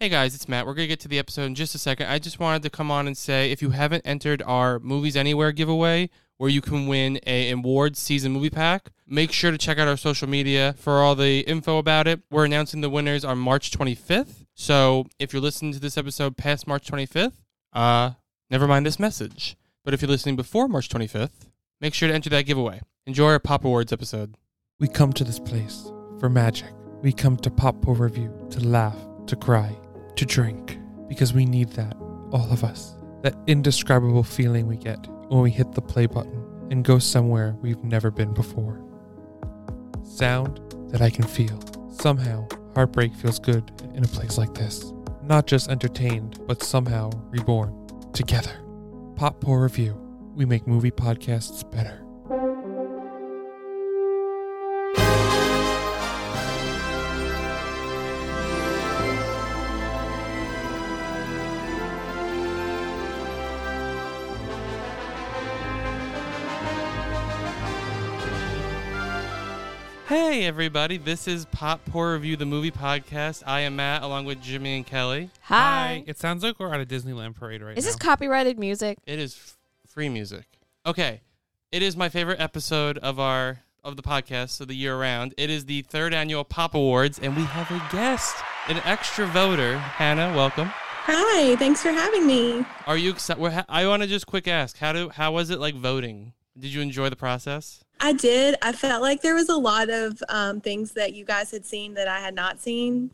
Hey guys, it's Matt. We're going to get to the episode in just a second. I just wanted to come on and say if you haven't entered our Movies Anywhere giveaway, where you can win a awards season movie pack, make sure to check out our social media for all the info about it. We're announcing the winners on March 25th. So if you're listening to this episode past March 25th, uh, never mind this message. But if you're listening before March 25th, make sure to enter that giveaway. Enjoy our Pop Awards episode. We come to this place for magic. We come to pop for review, to laugh, to cry, to drink, because we need that, all of us. That indescribable feeling we get when we hit the play button and go somewhere we've never been before. Sound that I can feel. Somehow, heartbreak feels good in a place like this. Not just entertained, but somehow reborn. Together. Pop Poor Review. We make movie podcasts better. Hey, everybody. This is Pop Poor Review, the movie podcast. I am Matt, along with Jimmy and Kelly. Hi. It sounds like we're at a Disneyland parade right Is this copyrighted music? It is f- free music. Okay. It is my favorite episode of our of the podcast of the year round. It is the third annual Pop Awards, and we have a guest, an extra voter. Hannah, welcome. Hi, thanks for having me. Are you excited? I want to just quick ask how do how was it like voting? Did you enjoy the process? I did. I felt like there was a lot of um, things that you guys had seen that I had not seen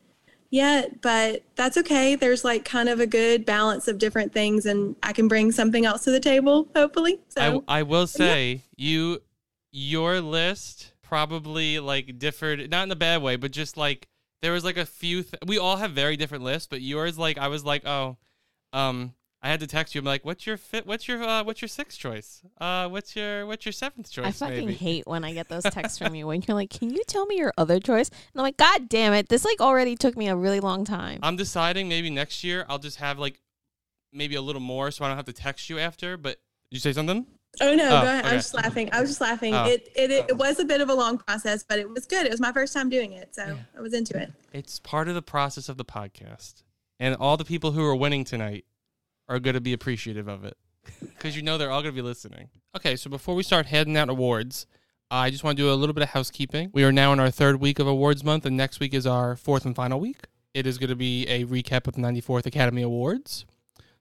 yet, but that's okay. There's like kind of a good balance of different things, and I can bring something else to the table, hopefully. So I, I will say you your list probably like differed not in a bad way but just like there was like a few th- we all have very different lists but yours like I was like oh um I had to text you I'm like what's your fit what's your uh, what's your sixth choice uh what's your what's your seventh choice I fucking maybe? hate when I get those texts from you when you're like, "Can you tell me your other choice?" And I'm like, "God damn it! This like already took me a really long time." I'm deciding maybe next year I'll just have like maybe a little more so I don't have to text you after but you say something oh no, Oh, go ahead. I okay. was just laughing. I was just laughing. Oh. It, it it was a bit of a long process, but it was good. It was my first time doing it, so I was into it. It's part of the process of the podcast. And all the people who are winning tonight are going to be appreciative of it because you know they're all going to be listening. Okay, so before we start handing out awards, I just want to do a little bit of housekeeping. We are now in our third week of awards month, and next week is our fourth and final week. It is going to be a recap of the 94th Academy Awards.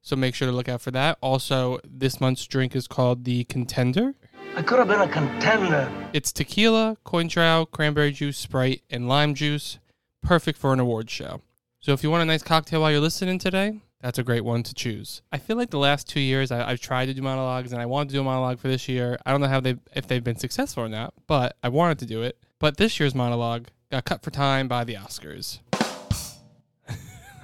So make sure to look out for that. Also, this month's drink is called the Contender. I could have been a contender. It's tequila, cointreau, cranberry juice, Sprite, and lime juice. Perfect for an award show. So if you want a nice cocktail while you're listening today, that's a great one to choose. I feel like the last two years I, I've tried to do monologues and I wanted to do a monologue for this year. I don't know how they if they've been successful or not, but I wanted to do it. But this year's monologue got cut for time by the Oscars.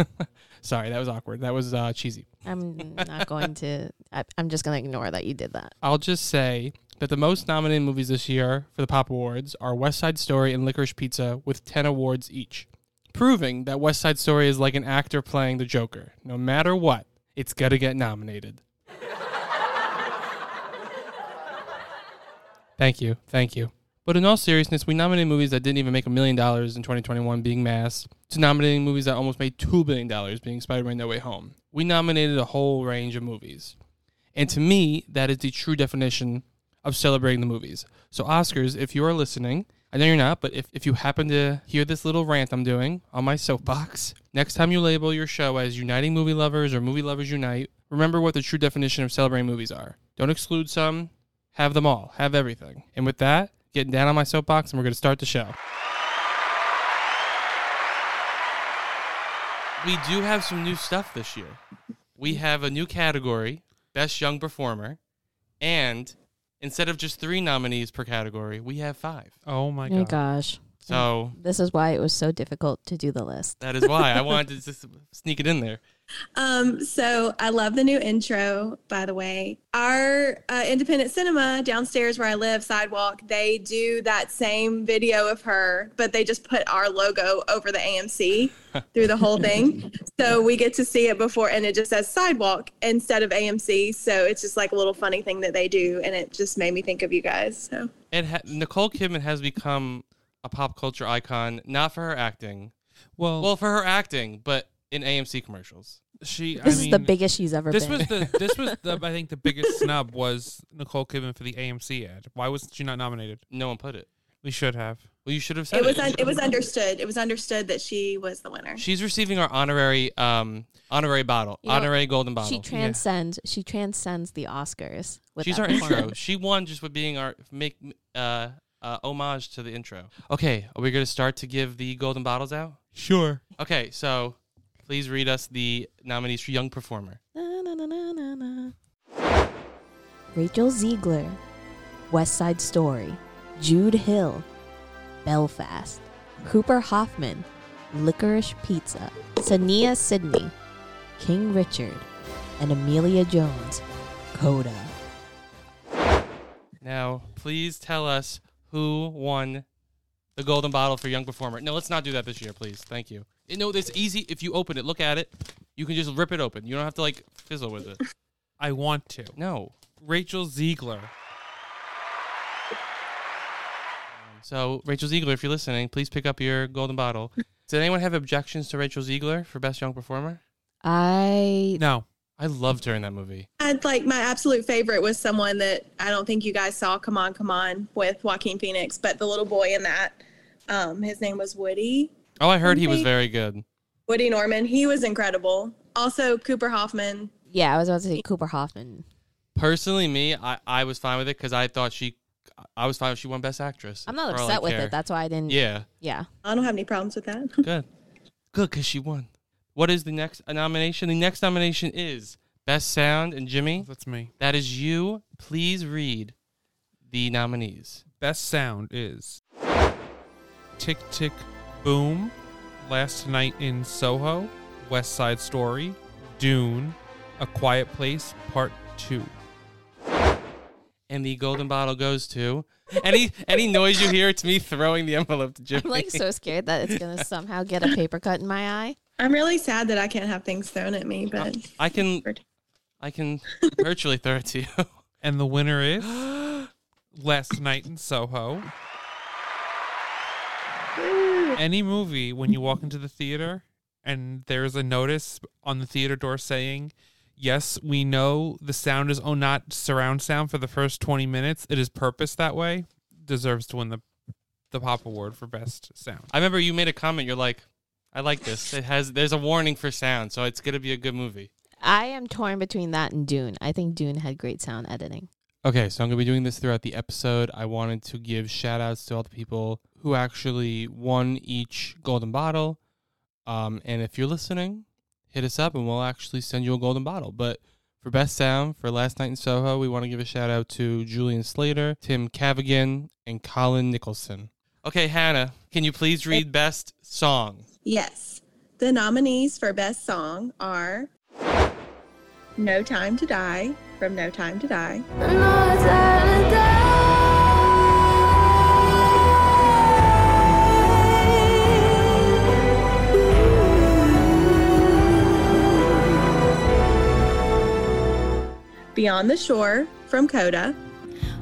Sorry, that was awkward. That was uh, cheesy. I'm not going to. I, I'm just gonna ignore that you did that. I'll just say that the most nominated movies this year for the Pop Awards are West Side Story and Licorice Pizza with 10 awards each, proving that West Side Story is like an actor playing the Joker. No matter what, it's going to get nominated. Thank you. Thank you. But in all seriousness, we nominated movies that didn't even make a million dollars in 2021 being Mass, to nominating movies that almost made $2 billion being Spider Man No Way Home. We nominated a whole range of movies. And to me, that is the true definition of celebrating the movies. So, Oscars, if you are listening, I know you're not, but if, if you happen to hear this little rant I'm doing on my soapbox, next time you label your show as Uniting Movie Lovers or Movie Lovers Unite, remember what the true definition of celebrating movies are. Don't exclude some, have them all, have everything. And with that, getting down on my soapbox, and we're going to start the show. We do have some new stuff this year. We have a new category, Best Young Performer, and instead of just three nominees per category, we have five. Oh my Oh god. my gosh, Hmm. So this is why it was so difficult to do the list. that is why I wanted to just sneak it in there. Um, so I love the new intro, by the way. Our uh, independent cinema downstairs where I live, Sidewalk, they do that same video of her, but they just put our logo over the AMC through the whole thing. So we get to see it before, and it just says Sidewalk instead of AMC. So it's just like a little funny thing that they do, and it just made me think of you guys. So It ha- Nicole Kidman has become a pop culture icon, not for her acting, Well, well, for her acting, but in AMC commercials. She. This I is mean, the biggest she's ever This been. was the this was the I think the biggest snub was Nicole Kidman for the AMC ad. Why was she not nominated? No one put it. We should have. Well, you should have said It it. was un- it was understood. It was understood that she was the winner. She's receiving our honorary um honorary bottle, You know, honorary golden bottle. she transcends. She transcends the Oscars. With She's that our performance. intro. She won just with being our make uh, uh homage to the intro. Okay, are we going to start to give the golden bottles out? Sure. Okay, so please read us the nominees for young performer. Na, na, na, na, na, na. Rachel Ziegler, West Side Story, Jude Hill, Belfast, Cooper Hoffman, Licorice Pizza, Sania Sidney, King Richard, and Amelia Jones, Coda. Now, please tell us who won the golden bottle for young performer. No, let's not do that this year, please. Thank you. You know, it's easy if you open it, look at it. You can just rip it open. You don't have to like fizzle with it. I want to. No. Rachel Ziegler. So, Rachel Ziegler, if you're listening, please pick up your golden bottle. Did anyone have objections to Rachel Ziegler for best young performer? I No. I loved her in that movie. I'd like my absolute favorite was someone that I don't think you guys saw. Come on, come on, with Joaquin Phoenix, but the little boy in that, um, his name was Woody. Oh, I heard he was Maybe. very good. Woody Norman. He was incredible. Also, Cooper Hoffman. yeah, I was about to say Cooper Hoffman. Personally, me, I, I was fine with it because I thought she, I was fine. She won best actress. I'm not for all I upset with care. it. That's why I didn't. Yeah. yeah, I don't have any problems with that. good, good because she won. What is the next nomination? The next nomination is best sound. And Jimmy, That's me. that is you. Please read the nominees. Best sound is Tick Tick Boom, Last Night in Soho, West Side Story, Dune, A Quiet Place Part 2. And the golden bottle goes to any any noise you hear. It's me throwing the envelope to Jimmy. I'm like so scared that it's gonna somehow get a paper cut in my eye. I'm really sad that I can't have things thrown at me, but I can I can virtually throw it to you. And the winner is Last Night in Soho. Any movie when you walk into the theater and there's a notice on the theater door saying, Yes, we know the sound is oh not surround sound for the first twenty minutes. It is purposed that way. Deserves to win the the pop award for best sound. I remember you made a comment. You're like, I like this. It has there's a warning for sound, so it's gonna be a good movie. I am torn between that and Dune. I think Dune had great sound editing. Okay, so I'm gonna be doing this throughout the episode. I wanted to give shout outs to all the people who actually won each golden bottle. Um, and if you're listening, hit us up and we'll actually send you a golden bottle. But for best sound for last night in Soho, we want to give a shout out to Julian Slater, Tim Cavigan, and Colin Nicholson. Okay, Hannah, can you please read best song? yes. The nominees for Best Song are No Time to Die from No Time to Die, Beyond the Shore from Coda,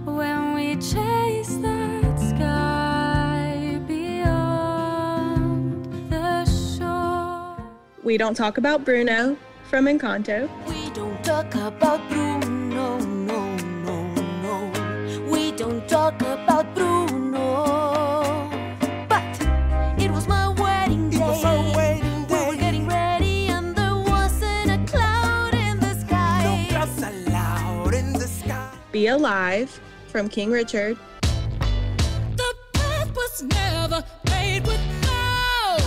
When we chase that sky beyond the shore, We Don't Talk About Bruno from Encanto, we don't talk about Bruno, no, no, no. We don't talk about Bruno. But it was my wedding day. We were getting ready, and there wasn't a cloud in the sky. Be Alive from King Richard, The path was never made without.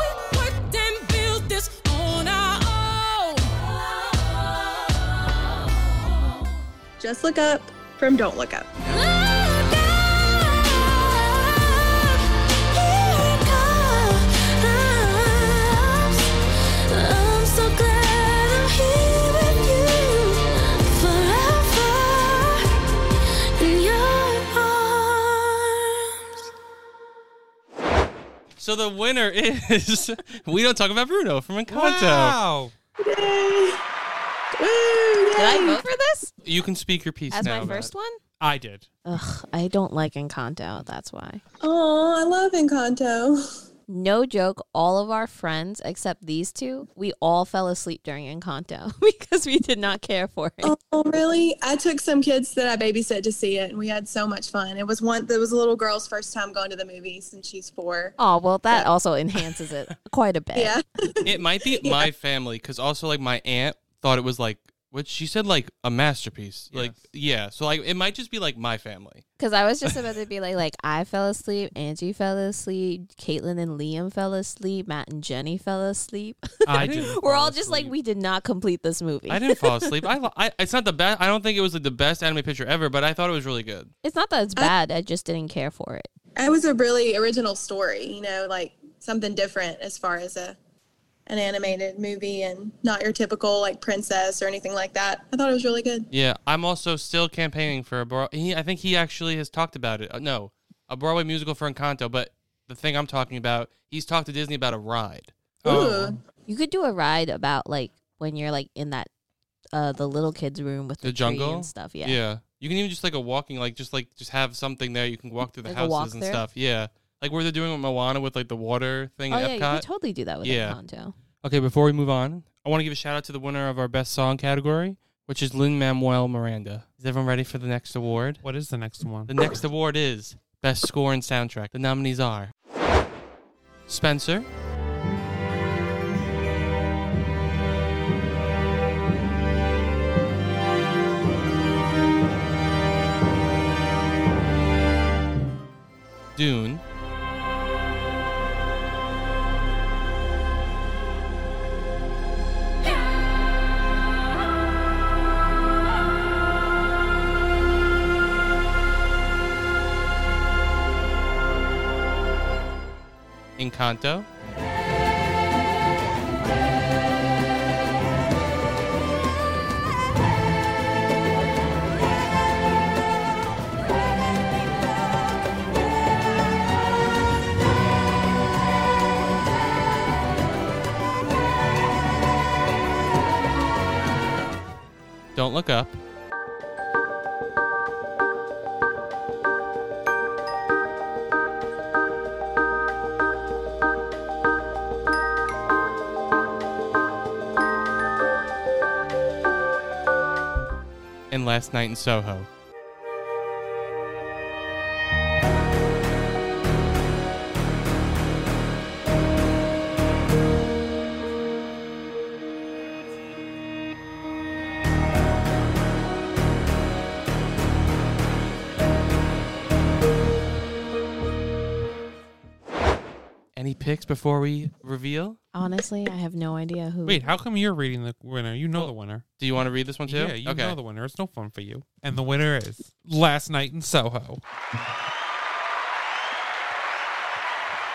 We worked and built this on our own. Just Look Up from Don't Look Up. Look up, here it comes. I'm so glad I'm here with you forever in your arms. So the winner is We Don't Talk About Bruno from Encanto. Wow. Yay! Woo! Did I yay! vote for this You can speak your piece as now. my first one? I did. Ugh, I don't like Encanto. That's why. Oh, I love Encanto. No joke, all of our friends except these two, we all fell asleep during Encanto because we did not care for it. Oh, really? I took some kids that I babysit to see it, and we had so much fun. It was one that was a little girl's first time going to the movies, and she's four. Oh, well, that also enhances it quite a bit. Yeah, It might be my family because also like my aunt thought it was like what she said like a masterpiece. Like yeah, so like it might just be like my family. Because I was just about to be like, like I fell asleep, Angie fell asleep, Caitlin and Liam fell asleep, Matt and Jenny fell asleep. I didn't We're fall all just like, asleep. we did not complete this movie. I didn't fall asleep. I, lo- I it's not the best. I don't think it was like, the best anime picture ever, but I thought it was really good. It's not that it's bad. I just didn't care for it. it was a really original story. You know, like something different as far as a an animated movie, and not your typical like princess or anything like that. I thought it was really good. Yeah, I'm also still campaigning for a Broadway. He, I think he actually has talked about it. Uh, no, a Broadway musical for Encanto, but the thing I'm talking about, he's talked to Disney about a ride. Oh. Ooh. You could do a ride about like when you're like in that uh the little kids room with The the, tree jungle? and stuff. Yeah. You can even just like a walking, like just like just have something there. You can walk through the Like a walk houses and through? stuff. Yeah, like where they're doing with Moana with like the water thing Oh at yeah, you Epcot. could totally do that with Yeah. Encanto. okay, before we move on, I want to give a shout out to the winner of our best song category, which is Lin Manuel Miranda. Is everyone ready for the next award? What is the next one? The next award is Best Score and Soundtrack. The nominees are Spencer, Dune, Encanto, Don't Look Up, and Last Night in Soho. Any picks before we reveal? Honestly, I have no idea who. Wait, how come you're reading the winner? You know the winner. Do you want to read this one too? Yeah, you know the winner. It's no fun for you. And the winner is Last Night in Soho.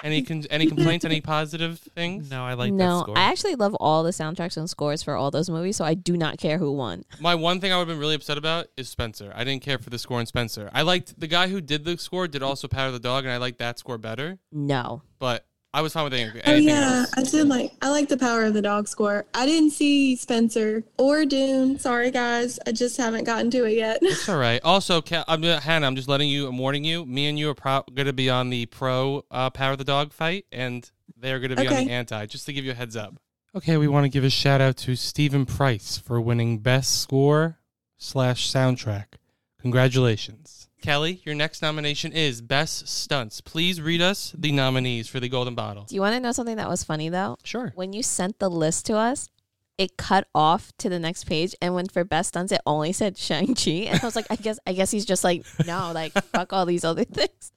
Any con- any complaints? any positive things? No, I like that no, score. I actually love all the soundtracks and scores for all those movies, so I do not care who won. My one thing I would have been really upset about is Spencer. I didn't care for the score in Spencer. I liked the guy who did the score did also Power of the Dog, and I liked that score better. No, But I was fine with anything, Oh anything yeah, else. I did like I like the power of the dog score. I didn't see Spencer or Dune. Sorry guys, I just haven't gotten to it yet. It's all right. Also, Ca- I'm, uh, Hannah, I'm just letting you, I'm warning you. Me and you are pro- going to be on the pro uh, Power of the Dog fight, and they're going to be on Okay. the anti, just to give you a heads up. Okay, we want to give a shout out to Stephen Price for winning Best Score slash Soundtrack. Congratulations. Kelly, your next nomination is Best Stunts. Please read us the nominees for the Golden Bottle. do you want to know something that was funny though? Sure. When you sent the list to us, it cut off to the next page, and when for best stunts, it only said Shang Chi, and I was like, I guess, I guess he's just like, no, like fuck all these other things.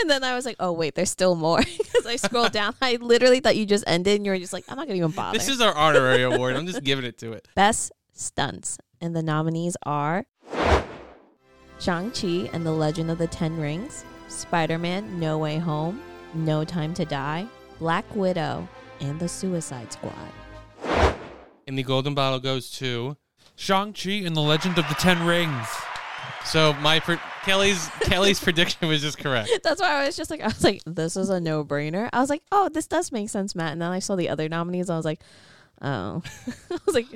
And then I was like, oh wait, there's still more because I scrolled down. I literally thought you just ended, and you were just like, I'm not gonna even bother. This is our honorary award. I'm just giving it to it. Best Stunts. And the nominees are Shang-Chi and the Legend of the Ten Rings, Spider-Man No Way Home, No Time to Die, Black Widow, and The Suicide Squad. And the Golden Bottle goes to Shang-Chi and the Legend of the Ten Rings. So my pre- Kelly's Kelly's prediction was just correct. That's why I was just like, I was like, this is a no-brainer. I was like, oh, this does make sense, Matt. And then I saw the other nominees. I was like, oh. I was like,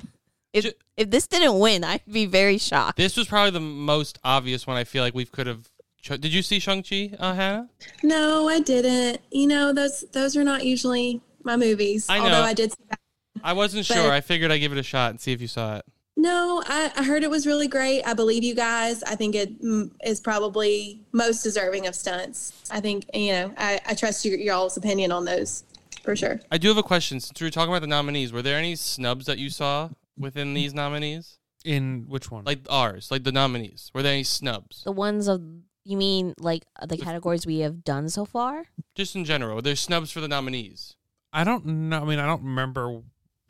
if, Ju- if this didn't win, I'd be very shocked. This was probably the most obvious one. I feel like we could have Ch- Did you see Shang Chi, uh, Hannah? No, I didn't. You know, those those are not usually my movies. I know. Although I did see that. I wasn't But- sure. I figured I'd give it a shot and see if you saw it. No, I, I heard it was really great. I believe you guys. I think it mm, is probably most deserving of stunts. I think, you know, I, I trust your, your all's opinion on those for sure. I do have a question. Since we were talking about the nominees, were there any snubs that you saw within these nominees? In which one? Like ours, like the nominees. Were there any snubs? The ones of you mean like the categories we have done so far? Just in general, were there snubs for the nominees? I don't know. I mean, I don't remember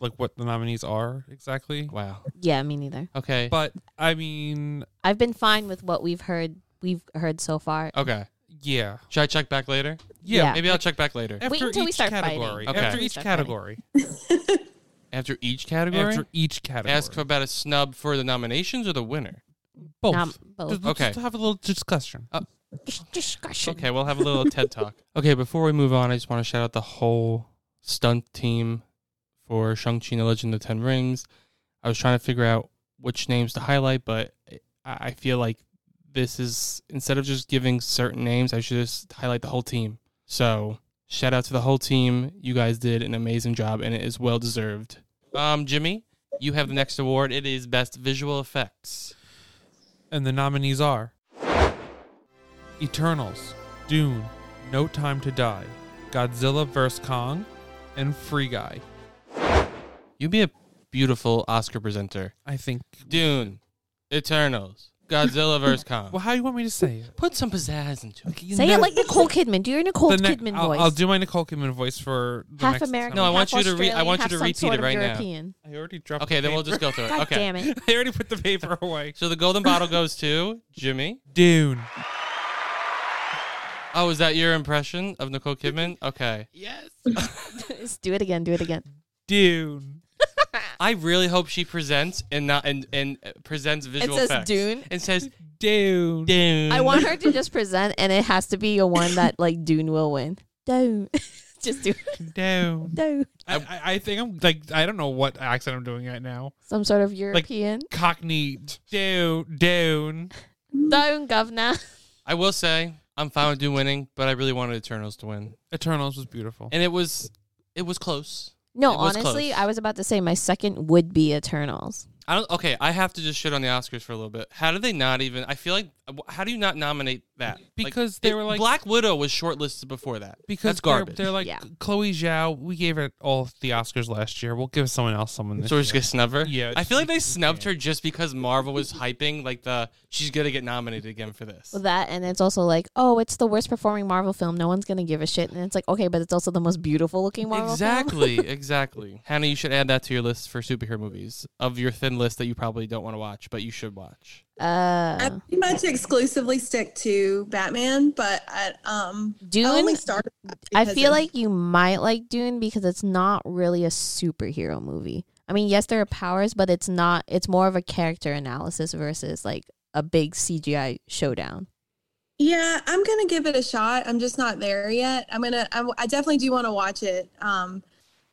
like what the nominees are exactly. Wow. Yeah, me neither. Okay. But I mean, I've been fine with what we've heard. We've heard so far. okay. yeah, Should I check back later? Yeah. Maybe I'll check back later. After until we each start fighting. category, Okay. after Until we each start fighting. category, After each category? after each category, Ask about a snub for the nominations or the winner? both. Nom- both. Just- just Okay. have a little discussion. Discussion. Okay, we'll have a little TED talk. Okay, before we move on, I just want to shout out the whole stunt team for Shang-Chi and the Legend of the Ten Rings. I was trying to figure out which names to highlight, but I I feel like this is, instead of just giving certain names, I should just highlight the whole team. So, shout out to the whole team. You guys did an amazing job, and it is well deserved. Um, Jimmy, you have the next award. It is Best Visual Effects. And the nominees are Eternals, Dune, No Time to Die, Godzilla vs. Kong, and Free Guy. You'd be a beautiful Oscar presenter. I think. Dune, Eternals, Godzilla vs. Kong. Well, how do you want me to say it? Put some pizzazz into it. You Say know- it like Nicole Kidman. Do your Nicole the ne- Kidman I'll, voice. I'll do my Nicole Kidman voice for the half next American. No, I time. want half you to re- I Australian, want you half to some repeat sort it of right now. European. I already dropped. Okay, the then we'll just paper. go through it. God okay. damn it. I already put the paper away. So the golden bottle goes to Jimmy. Dune. Oh, is that your impression of Nicole Kidman? Okay. Yes. Just do it again. Do it again. Dune. I really hope she presents and not and and uh, presents visual says effects. Dune. And says Dune. Dune. I want her to just present, and it has to be a one that like Dune will win. Dune. just do it. Dune. Dune. I, I, I think I'm like I don't know what accent I'm doing right now. Some sort of European. Cockney. Dune. Dune. Dune, governor. I will say I'm fine with Dune winning, but I really wanted Eternals to win, Eternals was beautiful. and it was it was close. No, It was honestly, close. I was about to say my second would be Eternals. I don't. Okay, I have to just shit on the Oscars for a little bit. How do they not even? I feel like how do you not nominate that? Like, Because they it- were like- Black Widow was shortlisted before that. because that's garbage. They're, they're like Yeah. Chloe Zhao. We gave it all the Oscars last year. We'll give someone else someone this so we're year. just gonna snub her. Yeah, I feel like they it's- snubbed her just because Marvel was hyping like the she's gonna get nominated again for this. Well, that, and it's also like, oh, it's the worst performing Marvel film. No one's gonna give a shit. And it's like, okay, but it's also the most beautiful looking Marvel film. Exactly, exactly. Hannah, you should add that to your list for superhero movies of your thin list that you probably don't want to watch, but you should watch. I Uh, pretty much exclusively stick to Batman, but I, um, Dune- I only started. that I because feel of- like you might like Dune because it's not really a superhero movie. I mean, yes, there are powers, but it's not. It's more of a character analysis versus like a big CGI showdown. Yeah, I'm gonna give it a shot. I'm just not there yet. I'm gonna. I, I definitely do want to watch it um,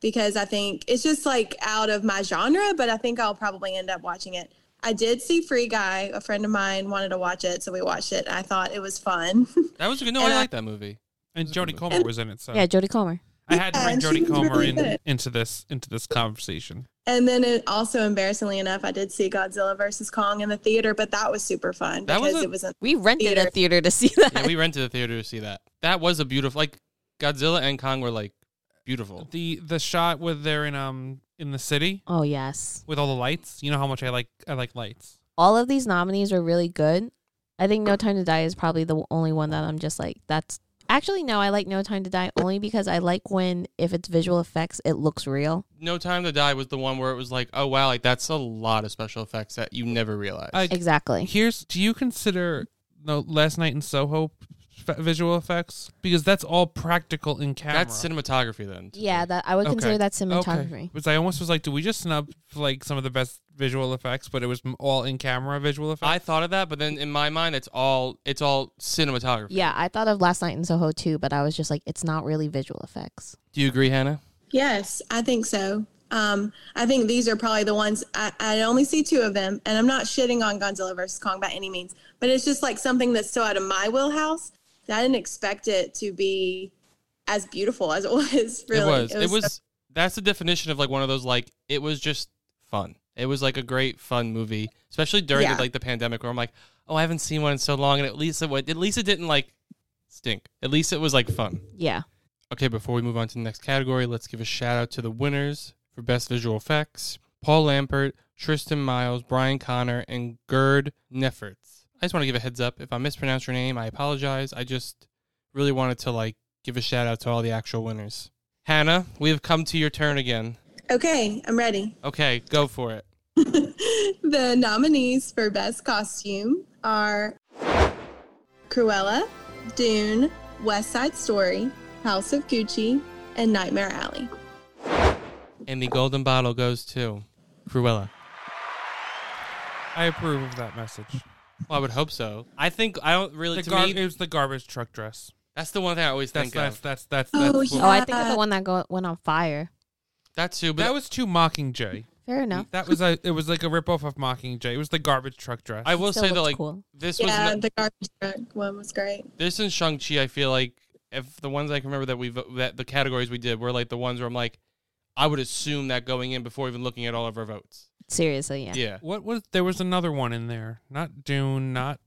because I think it's just like out of my genre. But I think I'll probably end up watching it. I did see Free Guy. A friend of mine wanted to watch it, so we watched it. I thought it was fun. That was a good. No, I And I- like that movie. and Jodie Comer And- was in it. So Yeah, Jodie Comer. I had to Yeah, bring and she Jodie was Comer really in, good. into this into this conversation. and then, it, also embarrassingly enough, I did see Godzilla versus Kong in the theater, but that was super fun That because was a- it was in We rented a Theater. theater to see that. Yeah, we rented the theater to see that. That was a beautiful. Like Godzilla and Kong were like beautiful. The the shot where they're in um in the city oh yes, with all the lights. You know how much I like I like lights. all of these nominees are really good. I think No Time to Die is probably the only one that I'm just like that's actually no. I like No Time to Die only because I like when if it's visual effects, it looks real. No Time to Die was the one where it was like, oh wow, like that's a lot of special effects that you never realize. I- Exactly. Here's do you consider the Last Night in Soho f- visual effects because that's all practical in camera. That's cinematography then. to Yeah, me. that I would Okay. consider that cinematography. Okay. Because I almost was like, do we just snub like some of the best visual effects, but it was m- all in camera visual effects? I thought of that, but then in my mind, it's all it's all cinematography. Yeah, I thought of Last Night in Soho too, but I was just like, it's not really visual effects. Do you agree, Hannah? Yes, I think so. Um, I think these are probably the ones I, I only see two of them, and I'm not shitting on Godzilla versus Kong by any means, but it's just like something that's so out of my wheelhouse that I didn't expect it to be as beautiful as it was. Really, It was. It was. so- that's the definition of like one of those like it was just fun. It was like a great fun movie, especially during Yeah. the, like the pandemic where I'm like, oh, I haven't seen one in so long, and at least it went, at least it didn't like stink. At least it was like fun. Yeah. Okay, before we move on to the next category, let's give a shout out to the winners for best visual effects: Paul Lampert, Tristan Miles, Brian Connor, and Gerd Nefferts. I just want to give a heads up if I mispronounce your name, I apologize. I just really wanted to like give a shout out to all the actual winners. Hannah, we have come to your turn again. okay, I'm ready. Okay, go for it. the nominees for best costume are Cruella, Dune, West Side Story, House of Gucci, and Nightmare Alley. And the golden bottle goes to Cruella. I approve of that message. Well, I would hope so. I think I don't really. The to gar- it me, was the garbage truck dress. that's the one thing I always That's think that's, of. that's that's that's. Oh, what- Oh, I think of the one that go- went on fire. That too, but That was too Mockingjay. Fair enough. That was a. It was like a ripoff of Mockingjay. It was the garbage truck dress. I will Still say that looked like cool. this was Yeah, no- the garbage truck one was great. this and Shang Chi, I feel like if the ones I can remember that we've that the categories we did were like the ones where I'm like, I would assume that going in before even looking at all of our votes. Seriously, yeah. Yeah, What was there was another one in there? Not Dune. Not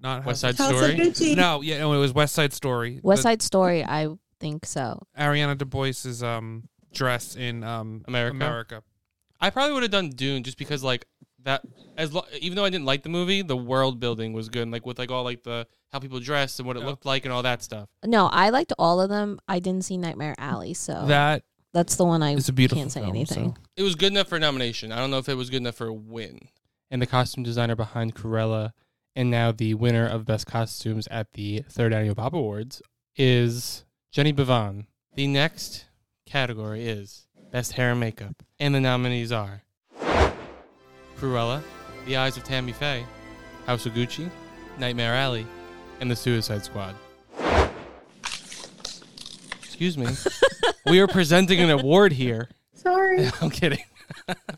not West House- Side House of Story. Gucci. No, yeah, no, it was West Side Story. West Side Story, I think so. The- Ariana Du Bois's um dress in um America? America. I probably would have done Dune just because like that as lo- even though I didn't like the movie, the world building was good, and, like with like all like the how people dressed and what it Yeah. looked like and all that stuff. No, I liked all of them. I didn't see Nightmare Alley, so That that's the one I is a beautiful. can't say film, anything. so- It was good enough for a nomination. I don't know if it was good enough for a win. And the costume designer behind Corella and now the winner of Best Costumes at the third annual Pop Awards is Jenny Bavon. The next category is Best Hair and Makeup. And the nominees are Cruella, The Eyes of Tammy Faye, House of Gucci, Nightmare Alley, and The Suicide Squad. Excuse me. we are presenting an award here. Sorry. I'm kidding.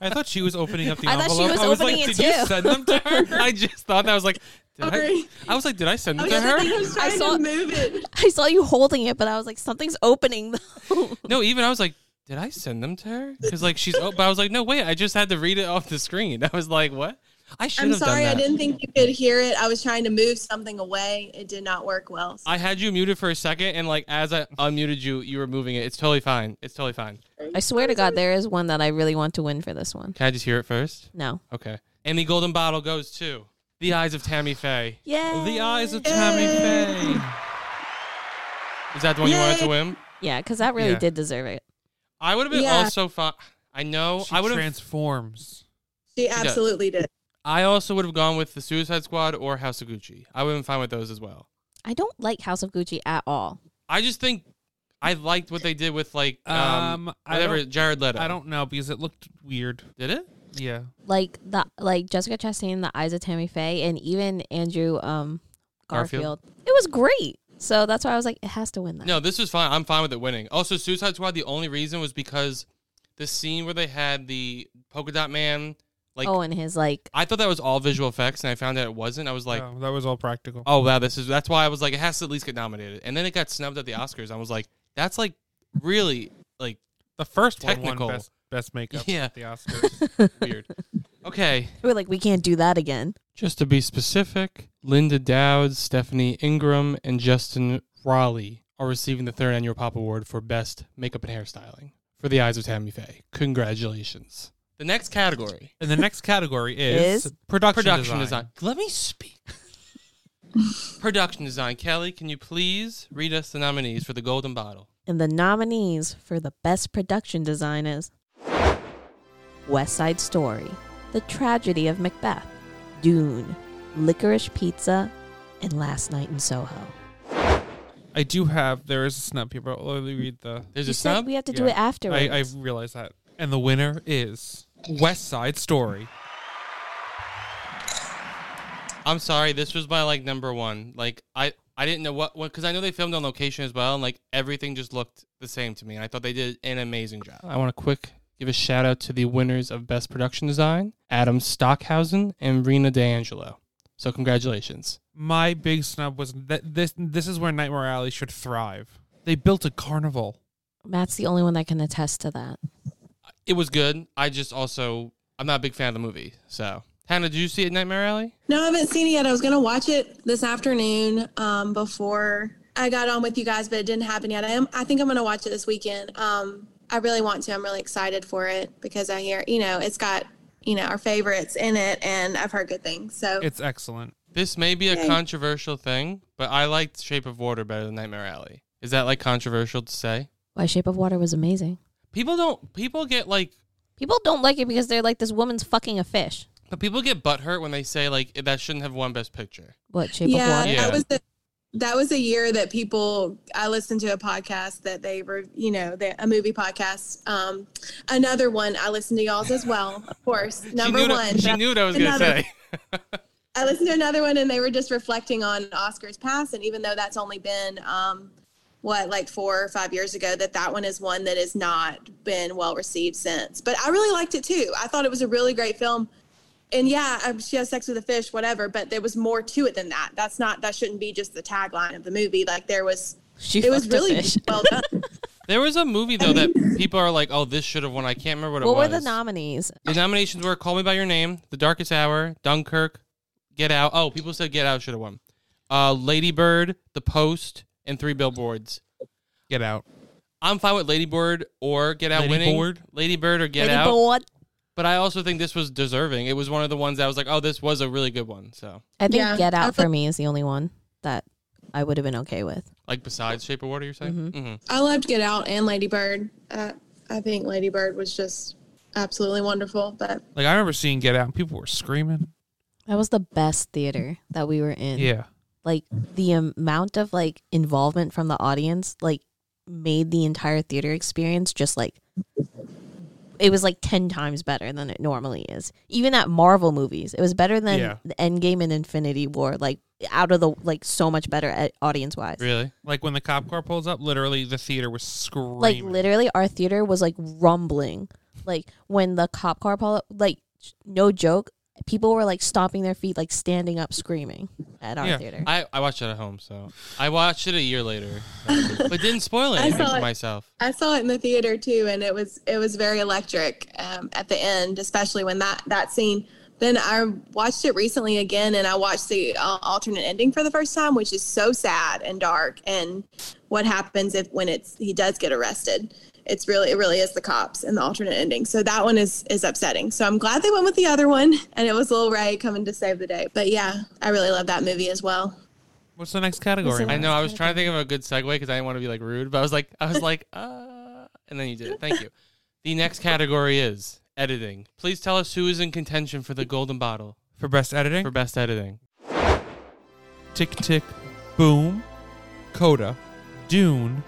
I thought she was opening up the I thought she envelope. was I was opening like, it did you too." send them to her? I just thought that I was like, did I, Sorry. I was like, did I send it I to was, thinking I her? was trying saw- to move it. I saw you holding it, but I was like, something's opening. though. No, even I was like, did I send them to her? Because like she's, oh, but I was like, no, wait, I just had to read it off the screen. I was like, what? I should I'm have done sorry, that. I didn't think you could hear it. I was trying to move something away. It did not work well. I had you muted for a second, and like as I unmuted you, you were moving it. It's totally fine. It's totally fine. I swear to God, there is one that I really want to win for this one. Can I just hear it first? No. Okay. And the golden bottle goes to the eyes of Tammy Faye. Yeah. the eyes of Yay. Tammy Faye. Is that the one you wanted to Yay. win? Yeah, because that really Yeah. did deserve it. I would have been Yeah. also fine. I know. She I would have. transforms. she absolutely did. I also would have gone with the Suicide Squad or House of Gucci. I would have been fine with those as well. I don't like House of Gucci at all. I just think I liked what they did with like um, Um, I whatever don't- Jared Leto. I don't know because it looked weird. did it. Yeah. Like the like Jessica Chastain, the eyes of Tammy Faye, and even Andrew um Garfield. Garfield. It was great. So that's why I was like, it has to win that. No, this was fine. I'm fine with it winning. Also, Suicide Squad. The only reason was because the scene where they had the polka dot man. Like oh, and his like I thought that was all visual effects, and I found out it wasn't. I was like, No, that was all practical. oh wow, this is that's why I was like, it has to at least get nominated. And then it got snubbed at the Oscars. I was like, that's like really like The first one Technical. won best, best makeup. Yeah. at The Oscars. weird. okay, we were like, we can't do that again. Just to be specific, Linda Dowd, Stephanie Ingram, and Justin Raleigh are receiving the third annual Pop Award for Best Makeup and Hairstyling for The Eyes of Tammy Faye. Congratulations. The next category and the next category is, Is production, production design. design. Let me speak. production design. Kelly, can you please read us the nominees for the Golden Bottle? And the nominees for the best production design is West Side Story, The Tragedy of Macbeth, Dune, Licorice Pizza, and Last Night in Soho. I do have. There is a snub here, but let me read the. There's you a said snub. we have to do Yeah. it afterwards. I, I realize that. And the winner is West Side Story. I'm sorry, this was my like number one. Like I, I didn't know what because I know they filmed on location as well, and like everything just looked the same to me, and I thought they did an amazing job. I want a quick give a shout out to the winners of Best Production Design, Adam Stockhausen and Rena D'Angelo. So congratulations. My big snub was that this this is where Nightmare Alley should thrive. They built a carnival. Matt's the only one that can attest to that. It was good. I just also I'm not a big fan of the movie. So Hannah, did you see it Nightmare Alley? No, I haven't seen it yet. I was gonna watch it this afternoon um, before I got on with you guys, but it didn't happen yet. I am. I think I'm gonna watch it this weekend. Um, I really want to. I'm really excited for it because I hear you know it's got you know our favorites in it, and I've heard good things. Oh. So It's excellent. This may be a Yay. controversial thing, but I liked Shape of Water better than Nightmare Alley. Is that like controversial to say? Why Shape of Water was amazing. People don't people get like People don't like it because they're like, this woman's fucking a fish. but people get butthurt when they say like that shouldn't have won best picture. What Shape of yeah, Water? Yeah. that was the that was a year that people. I listened to a podcast that they were you know that a movie podcast. Um, another one I listened to y'all's as well, of course. Number she knew one. What, she knew what I was going to Another. say. I listened to another one and they were just reflecting on Oscars past. And even though that's only been, um, what, like four or five years ago, that that one is one that has not been well received since. But I really liked it too. I thought it was a really great film. And yeah, um, she has sex with a fish, whatever, but there was more to it than that. That's not, that shouldn't be just the tagline of the movie. Like there was, She it was fucked a really fish. well done. There was a movie though that people are like, "Oh, this should have won." I can't remember what, What it was. were the nominees? The nominations were "Call Me by Your Name," "The Darkest Hour," "Dunkirk," "Get Out." Oh, people said "Get Out" should have won. Uh, "Lady Bird," "The Post," and Three Billboards. Get out. I'm fine with Lady Bird or Get Out Lady winning. Bird? Lady Bird or Get Lady Out. Bird. But I also think this was deserving. It was one of the ones that I was like, "Oh, this was a really good one." So, I think Yeah. Get I Out was for me is the only one that I would have been okay with. like besides Shape of Water, you're saying? Mhm. Mhm. I loved Get Out and Lady Bird. Uh, I think Lady Bird was just absolutely wonderful, but Like I remember seeing Get Out and people were screaming. That was the best theater that we were in. Yeah. Like the amount of like involvement from the audience like made the entire theater experience just like it was like 10 times better than it normally is. Even at Marvel movies, it was better than Yeah. the Endgame and Infinity War like out of the like so much better eh, at audience wise. Really? Like when the cop car pulls up, literally the theater was screaming. like literally our theater was like rumbling like when the cop car pulled up like no joke people were like stomping their feet like standing up screaming at our Yeah. theater I, I watched it at home, so I watched it a year later, so- but didn't spoil I anything saw for it. myself. I saw it in the theater too, and it was it was very electric um, at the end, especially when that that scene. Then I watched it recently again, and I watched the uh, alternate ending for the first time, which is so sad and dark. And what happens if when it's he does get arrested? It's really it really is the cops and the alternate ending. So that one is is upsetting. So I'm glad they went with the other one, and it was Lil Ray coming to save the day. But yeah, I really love that movie as well. What's the next category? Listen, I man? know. I was trying to think of a good segue because I didn't want to be like rude, but I was like, I was like, uh, and then you did it. Thank you. The next category is editing. Please tell us who is in contention for the golden bottle For best editing, for best editing. Tick Tick Boom, Coda, Dune,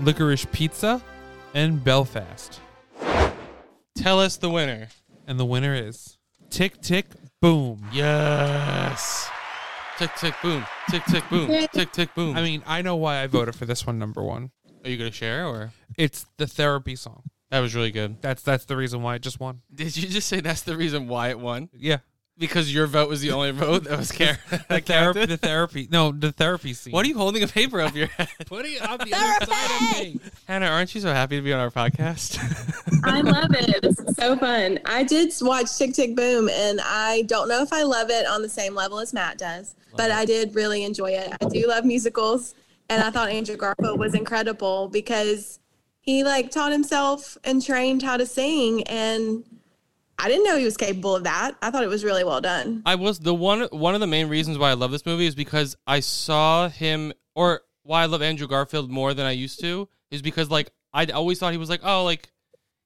Licorice Pizza, and Belfast. Tell us the winner. And the winner is Tick Tick Boom. Yes. Tick tick boom. Tick tick boom. Tick tick boom. I mean, I know why I voted for this one. Number one, are you gonna share or? it's the therapy song. That was really good. That's that's the reason why it just won. Did you just say that's the reason why it won? Yeah, Because your vote was the only vote that was care. the that therapy, the counted? therapy. No, the therapy scene. What are you holding a paper up your head? Put it on the other side of me. Hannah, aren't you so happy to be on our podcast? I love it. This is so fun. I did watch Tick Tick Boom, and I don't know if I love it on the same level as Matt does, but I did really enjoy it. I do love musicals, and I thought Andrew Garfield was incredible because he like taught himself and trained how to sing, and I didn't know he was capable of that. I thought it was really well done. I was the one one of the main reasons why I love this movie is because I saw him or why I love Andrew Garfield more than I used to is because like I'd always thought he was like, oh, like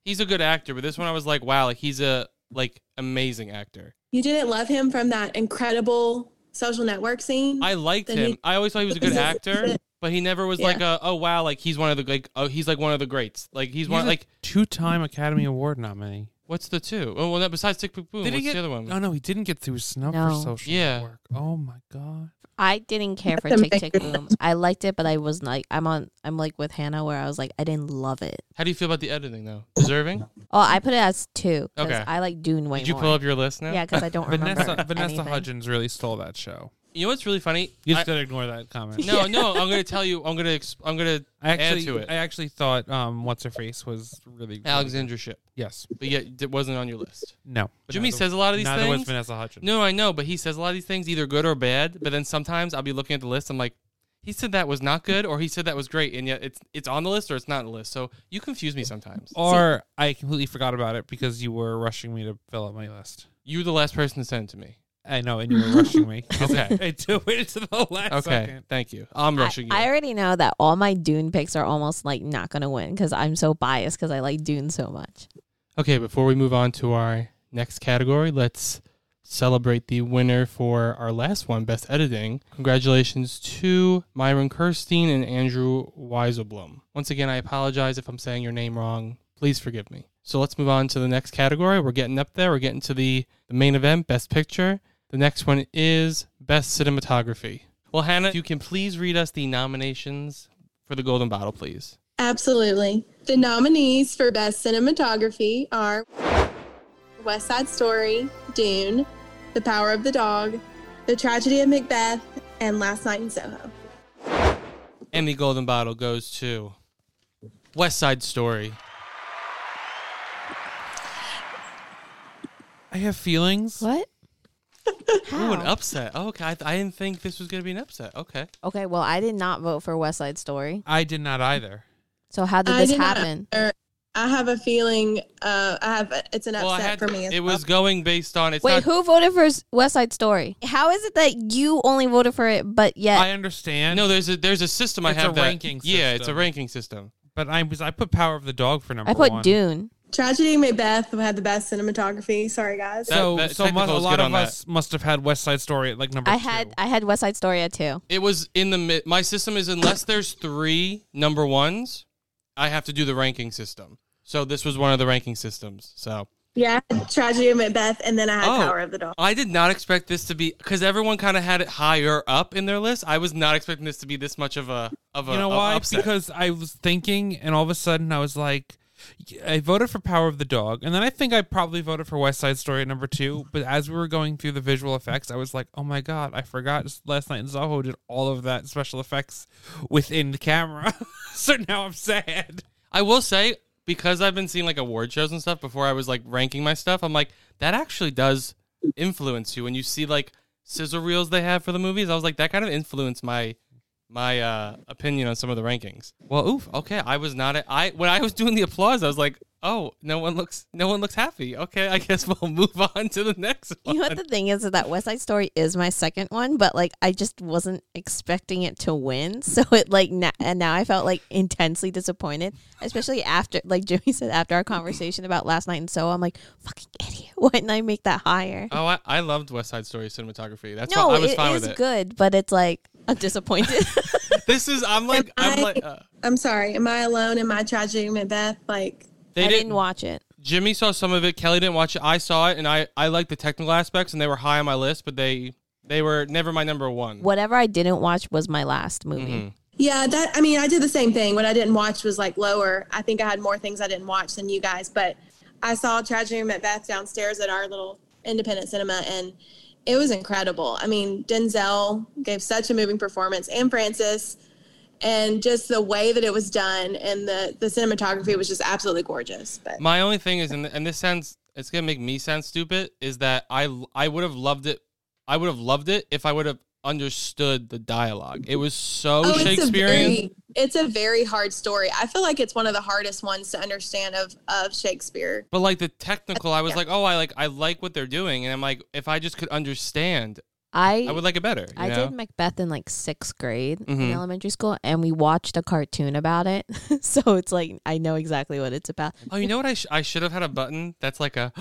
he's a good actor, but this one I was like, wow, like he's a like amazing actor. You didn't love him from that incredible social network scene. I liked Then him. he- I always thought he was a good actor, but he never was Yeah. like a oh wow, like he's one of the like oh he's like one of the greats. Like he's, He's one a like two-time Academy Award nominee. What's the two? Oh, well, that besides Tick Tick Boom, Did he what's get- Oh, the other one? No, no, he didn't get through snuff No. for social Yeah. network. Oh my god. I didn't care for That's Tick Tick amazing. Boom. I liked it, but I was like, I'm on, I'm like with Hannah, where I was like, I didn't love it. How do you feel about the editing though? Deserving? Oh, I put it as two because Okay. I like Dune way Did you more. pull up your list now? yeah, because I don't remember. Vanessa Vanessa anything. Hudgens really stole that show. You know what's really funny? You I- just gotta ignore that comment. no, no. I'm gonna tell you. I'm gonna. Exp- I'm gonna I actually, add to it. I actually thought um, what's her face was really really Alexandra Ship, good. Yes. but yet it wasn't on your list. No. Jimmy Neither- says a lot of these neither was things. Vanessa Hudgens. No, I know, but he says a lot of these things, either good or bad. But then sometimes I'll be looking at the list. I'm like, he said that was not good, or he said that was great, and yet it's it's on the list or it's not on the list. So you confuse me sometimes. Or I completely forgot about it because you were rushing me to fill out my list. You were the last person to send it to me. I know, and you were rushing me. Okay. I do waited to the last Okay, second. thank you. I'm I- rushing I, you. already know that all my Dune picks are almost like not gonna win because I'm so biased because I like Dune so much. okay, before we move on to our next category, let's celebrate the winner for our last one, best editing. Congratulations to Myron Kirstein and Andrew Weiselblum. Once again, I apologize if I'm saying your name wrong. Please forgive me. So let's move on to the next category. We're getting up there. We're getting to the, the main event, best picture. The next one is best cinematography. Well, Hannah, if you can please read us the nominations for the Golden Bottle, please. Absolutely. The nominees for Best Cinematography are West Side Story, Dune, The Power of the Dog, The Tragedy of Macbeth, and Last Night in Soho. And the golden bottle goes to West Side Story. I have feelings. What? How? Ooh, an upset. Oh, okay, I, th- I didn't think this was going to be an upset. Okay. Okay, well, I did not vote for West Side Story. I did not either. So how did I this did not- happen? Or, I have a feeling uh, I have it's an upset well, I had for me. as it well. was going based on it's Wait, not who voted for S- West Side Story? How is it that you only voted for it, but yet I understand. No, there's a there's a system I It's a have that ranking Yeah, it's a system. ranking system. but I was I put Power of the Dog for number I put one. Dune. Tragedy of Macbeth had the best cinematography. Sorry, guys. So That- that so must, technical a is lot good of on that. us must have had West Side Story at like number I two. had I had West Side Story at two. It was in the mid. My system is unless there's 3 number 1s, I have to do the ranking system. So this was one of the ranking systems. So Yeah, I had Tragedy of Macbeth, and then I had Oh. Power of the Dog. I did not expect this to be cuz everyone kind of had it higher up in their list. I was not expecting this to be this much of a of a you know a why? upset. Because I was thinking, and all of a sudden I was like, I voted for Power of the Dog, and then I think I probably voted for West Side Story at number two. But as we were going through the visual effects, I was like, oh my god, I forgot last night in Zoho did all of that special effects within the camera. so now I'm sad. I will say because I've been seeing like award shows and stuff before I was like ranking my stuff, I'm like that actually does influence you when you see like sizzle reels they have for the movies. I was like that kind of influenced my my uh opinion on some of the rankings. Well, oof, okay, I was not I when I was doing the applause, I was like, "Oh, no one looks no one looks happy." Okay, I guess we'll move on to the next You one. know what the thing is is that West Side Story is my second one, but like I just wasn't expecting it to win, so it like na- and now I felt like intensely disappointed, especially after like Jimmy said after our conversation about last night and so I'm like fucking idiot, why didn't I make that higher? Oh, I, I loved West Side Story cinematography. That's no, why I was it fine is with it. good, but it's like I'm disappointed. This is I'm like I'm I- like uh, I'm sorry. Am I alone in my Tragedy of Macbeth? Like, they I didn't watch it. Jimmy saw some of it. Kelly didn't watch it. I saw it, and I I liked the technical aspects, and they were high on my list, but they they were never my number one. Whatever I didn't watch was my last movie. Mm-hmm. yeah, that. I mean, I did the same thing. What I didn't watch was like lower. I think I had more things I didn't watch than you guys, but I saw Tragedy of Macbeth downstairs at our little independent cinema, and it was incredible. I mean, Denzel gave such a moving performance, and Francis. And just the way that it was done, and the, the cinematography was just absolutely gorgeous. But My only thing is, and and this sounds it's gonna make me sound stupid, is that I I would have loved it. I would have loved it if I would have understood the dialogue. It was so Shakespearean. Oh, It's a, very, it's a very hard story. I feel like it's one of the hardest ones to understand of of Shakespeare. but like the technical, I was like, oh, I like I like what they're doing, and I'm like, if I just could understand, I I would like it better. you I know? did Macbeth in like sixth grade in Mhm. elementary school, and we watched a cartoon about it. so it's like I know exactly what it's about. Oh, you know what? I, sh- I should have had a button that's like a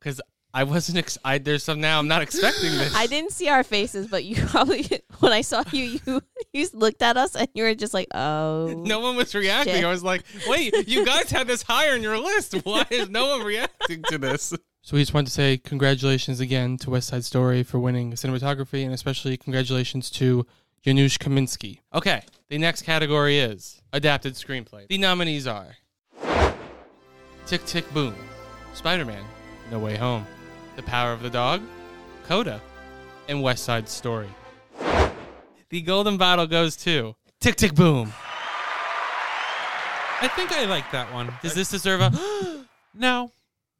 because I wasn't. Ex- I there's some now. I'm not expecting this. I didn't see our faces, but you probably when I saw you, you you looked at us and you were just like, "Oh, No one was reacting. Shit. I was like, wait, you guys had this higher on your list. Why is no one reacting to this? So we just wanted to say congratulations again to West Side Story for winning cinematography and especially congratulations to Janusz Kaminski. Okay, the next category is adapted screenplay. The nominees are Tick Tick Boom, Spider Man, No Way Home, The Power of the Dog, Coda, and West Side Story. The golden bottle goes to Tick Tick Boom. I think I like that one. Does this deserve a? No,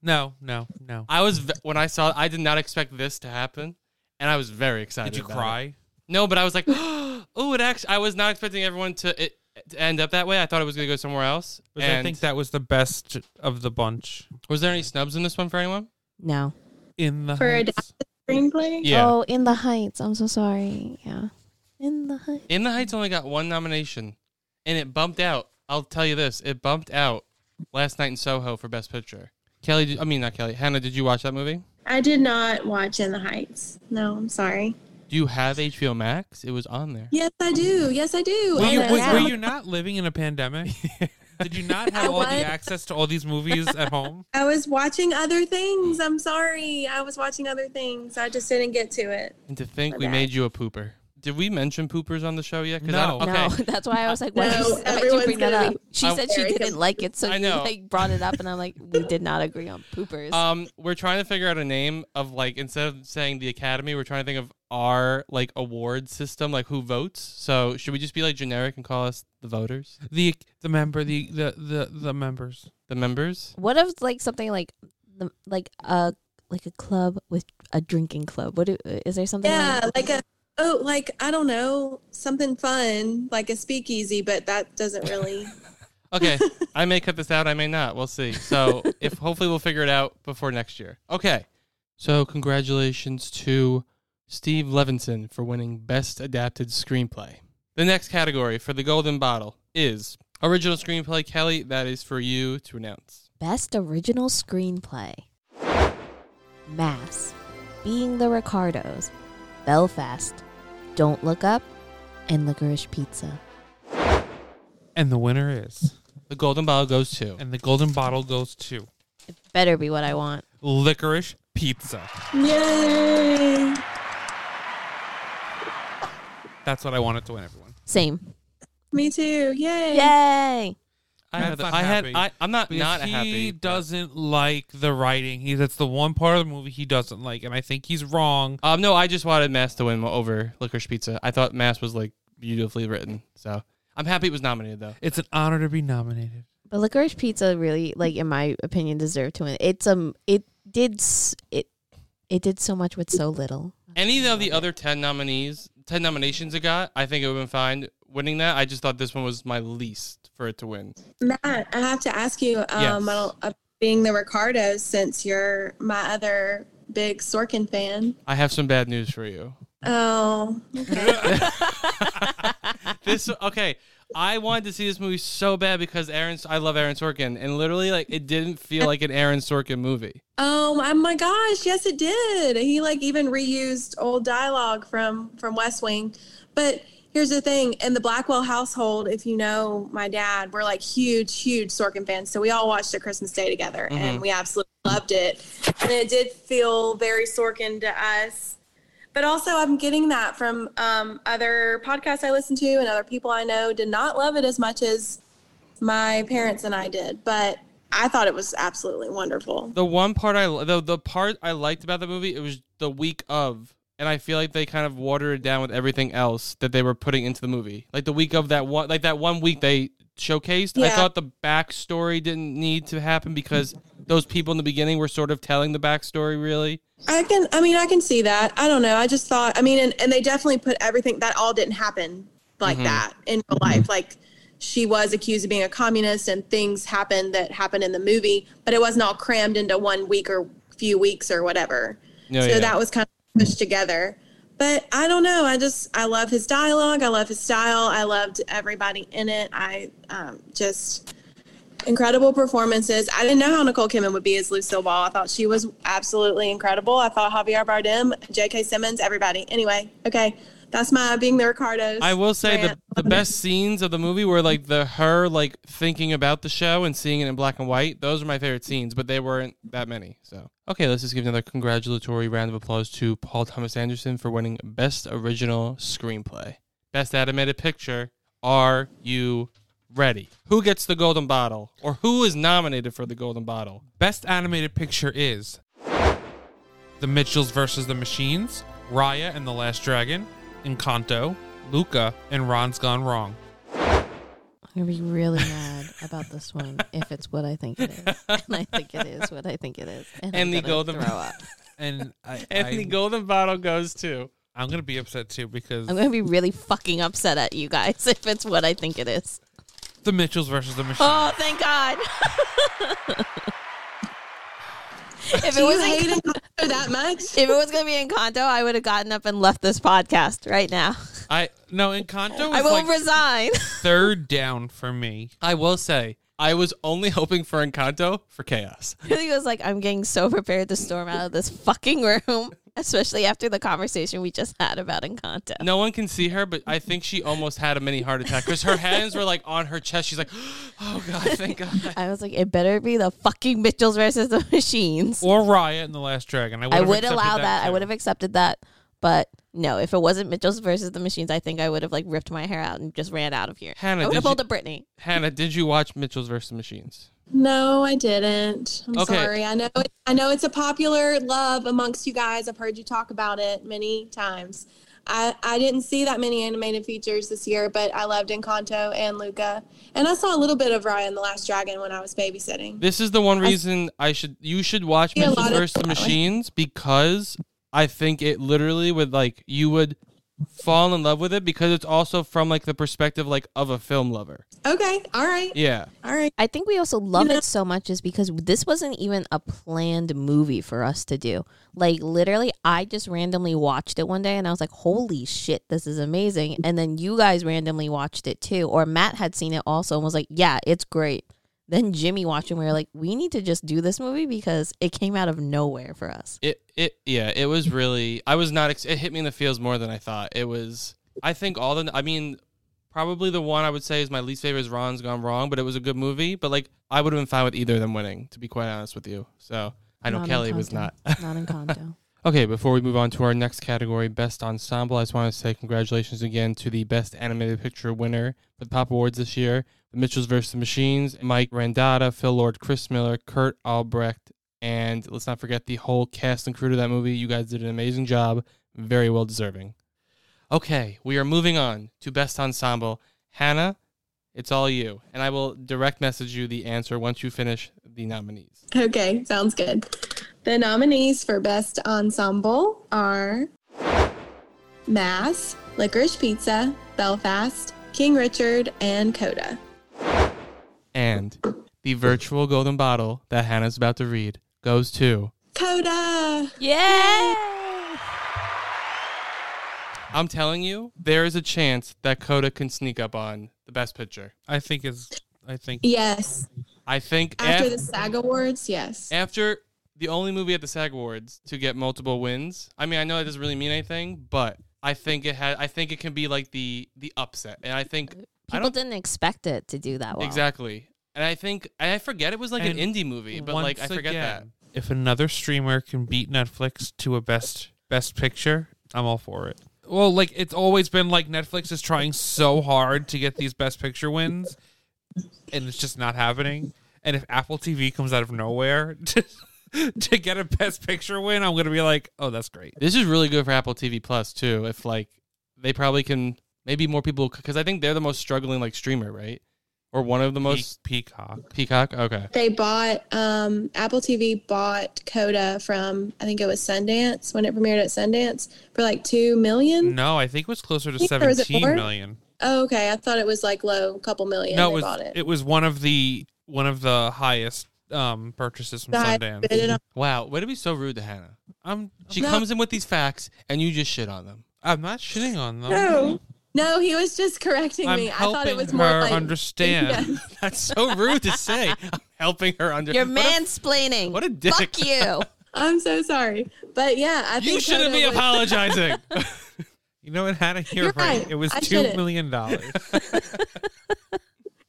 no, no, no. I was ve- when I saw. I did not expect this to happen, and I was very excited. Did you about it. cry? No, but I was like, oh, it actually. I was not expecting everyone to it to end up that way. I thought it was going to go somewhere else. Because I And think that was the best of the bunch. was there any snubs in this one for anyone? no, In the For Heights. adapted screenplay. oh, in the heights." I'm so sorry. Yeah, in the heights. In the Heights only got one nomination, and it bumped out. I'll tell you this: it bumped out last night in Soho for Best Picture. Kelly, did, I mean not Kelly. Hannah, did you watch that movie? I did not watch In the Heights. No, I'm sorry. Do you have HBO Max? It was on there. Yes, I do. Yes, I do. Were And you, it's were, Yeah. were on- you not living in a pandemic? Did you not have I all the was. access to all these movies at home? I was watching other things. I'm sorry. I was watching other things. I just didn't get to it. And to think we Okay. made you a pooper. Did we mention poopers on the show yet? 'Cause I No. don't- okay. No, that's why I was like, "Why No, did you- why'd you everyone's bring that gonna up?" be She said she very didn't like it, so I I know. like brought it up, and I'm like, "We did not agree on poopers." Um, we're trying to figure out a name of like instead of saying the Academy, we're trying to think of our like award system, like who votes. So should we just be like generic and call us the voters, The the member the the the, the members. the members? what if like something like the like a like a club with a drinking club? What do, uh, is there something? like- Yeah, like a oh, like I don't know, something fun, like a speakeasy, but that doesn't really. Okay, I may cut this out, I may not. We'll see. So if hopefully we'll figure it out before next year. Okay, so congratulations to Steve Levinson for winning Best Adapted Screenplay. The next category for the Golden Bottle is Original Screenplay. Kelly, that is for you to announce. Best Original Screenplay. Mass. Being the Ricardos. Belfast. Don't Look Up. And Licorice Pizza. And the winner is. The golden bottle goes to. And the golden bottle goes to It better be what I want. licorice pizza. Yay! That's what I wanted to win, everyone. Same. Me too. Yay! Yay! I had. Matt's not I had. happy. I, I'm not Because not he happy. but- doesn't like the writing. He that's the one part of the movie he doesn't like, and I think he's wrong. Um. No, I just wanted Mass to win over Licorice Pizza. I thought Mass was like beautifully written. So I'm happy it was nominated though. It's an honor to be nominated. But Licorice Pizza really, like in my opinion, deserved to win. It's um, it did s- it, it did so much with so little. Any of the other ten nominees, ten nominations it got, I think it would have been fine winning that. I just thought this one was my least for it to win. Matt, I have to ask you um, Yes. about- about being the Ricardos since you're my other big Sorkin fan. I have some bad news for you. Oh, this okay. I wanted to see this movie so bad because Aaron. I love Aaron Sorkin, and literally like it didn't feel like an Aaron Sorkin movie. oh my, my gosh! Yes, it did. He like even reused old dialogue from from West Wing. But here's the thing: in the Blackwell household, if you know my dad, we're like huge, huge Sorkin fans. So we all watched it Christmas Day together, and we absolutely loved it. And it did feel very Sorkin to us. But also, I'm getting that from um, other podcasts I listen to and other people I know did not love it as much as my parents and I did. But I thought it was absolutely wonderful. The one part I the the part I liked about the movie it was the week of, and I feel like they kind of watered it down with everything else that they were putting into the movie. Like the week of that one, like that one week they showcased. I Yeah. thought the backstory didn't need to happen because those people in the beginning were sort of telling the backstory. Really, I can, I mean, I can see that. I don't know. I just thought, I mean, and, and they definitely put everything that all didn't happen like that in real life. Like she was accused of being a communist and things happened that happened in the movie, but it wasn't all crammed into one week or few weeks or whatever. No, so yeah. that was kind of pushed together. But I don't know. I just, I love his dialogue. I love his style. I loved everybody in it. I um, just, incredible performances. I didn't know how Nicole Kidman would be as Lucille Ball. I thought she was absolutely incredible. I thought Javier Bardem, J.K. Simmons, everybody. Anyway, okay, that's my being the Ricardos. I will say the, rant. the best scenes of the movie were like the her like thinking about the show and seeing it in black and white. Those are my favorite scenes, but they weren't that many. So okay, let's just give another congratulatory round of applause to Paul Thomas Anderson for winning Best Original Screenplay, Best Animated Picture. Are you ready? Who gets the golden bottle, or who is nominated for the golden bottle? Best animated picture is The Mitchells versus the Machines, Raya and the Last Dragon, Encanto, Luca, and Ron's Gone Wrong. I'm gonna be really mad about this one if it's what I think it is, and I think it is what I think it is, And I'm the gonna golden- throw up. And I, And the golden bottle goes to. I, am gonna be upset too because I'm gonna be really fucking upset at you guys if it's what I think it is. The Mitchells versus the Machines. Oh, thank God! if it Do you was hate in, Encanto that much? if it was gonna be Encanto, I would have gotten up and left this podcast right now. I no Encanto was I will like resign. third down for me. I will say, I was only hoping for Encanto for chaos. he was like, I'm getting so prepared to storm out of this fucking room, especially after the conversation we just had about Encanto. No one can see her, but I think she almost had a mini heart attack because her hands were like on her chest. She's like, "Oh God, thank God." I was like, it better be the fucking Mitchells versus the Machines. Or Raya and the Last Dragon. I, I would accepted allow that. I too. would have accepted that. But no, if it wasn't Mitchells versus the Machines, I think I would have like ripped my hair out and just ran out of here. Hannah, I would did have pulled you- a Britney. Hannah, did you watch Mitchell's versus Machines? No, I didn't. I'm Okay. sorry. I know. It, I know it's a popular love amongst you guys. I've heard you talk about it many times. I, I didn't see that many animated features this year, but I loved Encanto and Luca, and I saw a little bit of Ryan the Last Dragon when I was babysitting. This is the one reason I, should you should watch Yeah, a Mitchell's lot of- versus the Machines because I think it literally would like you would fall in love with it because it's also from like the perspective like of a film lover. Okay, all right, Yeah. all right. I think we also love know- it so much is because this wasn't even a planned movie for us to do. Like literally, I just randomly watched it one day and I was like, "Holy shit, this is amazing!" And then you guys randomly watched it too, or Matt had seen it also and was like, "Yeah, it's great." Then Jimmy watched it and we were like, "We need to just do this movie because it came out of nowhere for us." It it yeah, it was really I was not ex- it hit me in the feels more than I thought. It was I think all the I mean probably the one I would say is my least favorite is Ron's Gone Wrong, but it was a good movie, but like I would have been fine with either of them winning to be quite honest with you. So, I know Not Kelly was not. Encanto. not Encanto. Okay, before we move on to our next category, Best Ensemble, I just want to say congratulations again to the Best Animated Picture winner for the Pop Awards this year The Mitchells vs. the Machines, Mike Randata, Phil Lord, Chris Miller, Kurt Albrecht, and let's not forget the whole cast and crew to that movie. You guys did an amazing job, very well deserving. Okay, we are moving on to Best Ensemble. Hannah, it's all you, and I will direct message you the answer once you finish the nominees. Okay, sounds good. The nominees for Best Ensemble are Mass, Licorice Pizza, Belfast, King Richard, and Coda. And the virtual golden bottle that Hannah's about to read goes to. Coda! Yeah. I'm telling you, there is a chance that Coda can sneak up on the best picture. I think is I think E Yes. I think af- After after, the SAG Awards, yes. the only movie at the SAG Awards to get multiple wins. I mean, I know that doesn't really mean anything, but I think it had. I think it can be like the the upset, and I think I People don't didn't expect it to do that well. exactly. And I think and I forget it was like an And indie movie, but like I once forget that. again, If another streamer can beat Netflix to a best best picture, I'm all for it. Well, like it's always been like Netflix is trying so hard to get these best picture wins and it's just not happening. And if Apple TV comes out of nowhere to, to get a best picture win, I'm going to be like, "Oh, that's great." This is really good for Apple TV Plus too. If like they probably can, maybe more people because I think they're the most struggling like streamer, right? Or one of the most Pe- Peacock. Peacock. Okay, They bought, um, Apple TV bought Coda from, I think it was Sundance when it premiered at Sundance for like 2 million. No, I think it was closer to Or is it 17 more? million. Oh, okay. I thought it was like low, couple million. No, they it was bought it. it was one of the one of the highest um purchases from The highest Sundance. bid on- wow. Way to be so rude to Hannah. I'm She No. comes in with these facts and you just shit on them. I'm not shitting on them. No, No, he was just correcting I'm me. I helping thought it was her more like understand. Yeah. That's so rude to say. I'm helping her under. You're What a- mansplaining. what a dick. Fuck you. I'm so sorry, but yeah, I think you shouldn't Toto be was- apologizing. You know what, Hannah? You're, You're right. right. It was I two shouldn't. million dollars.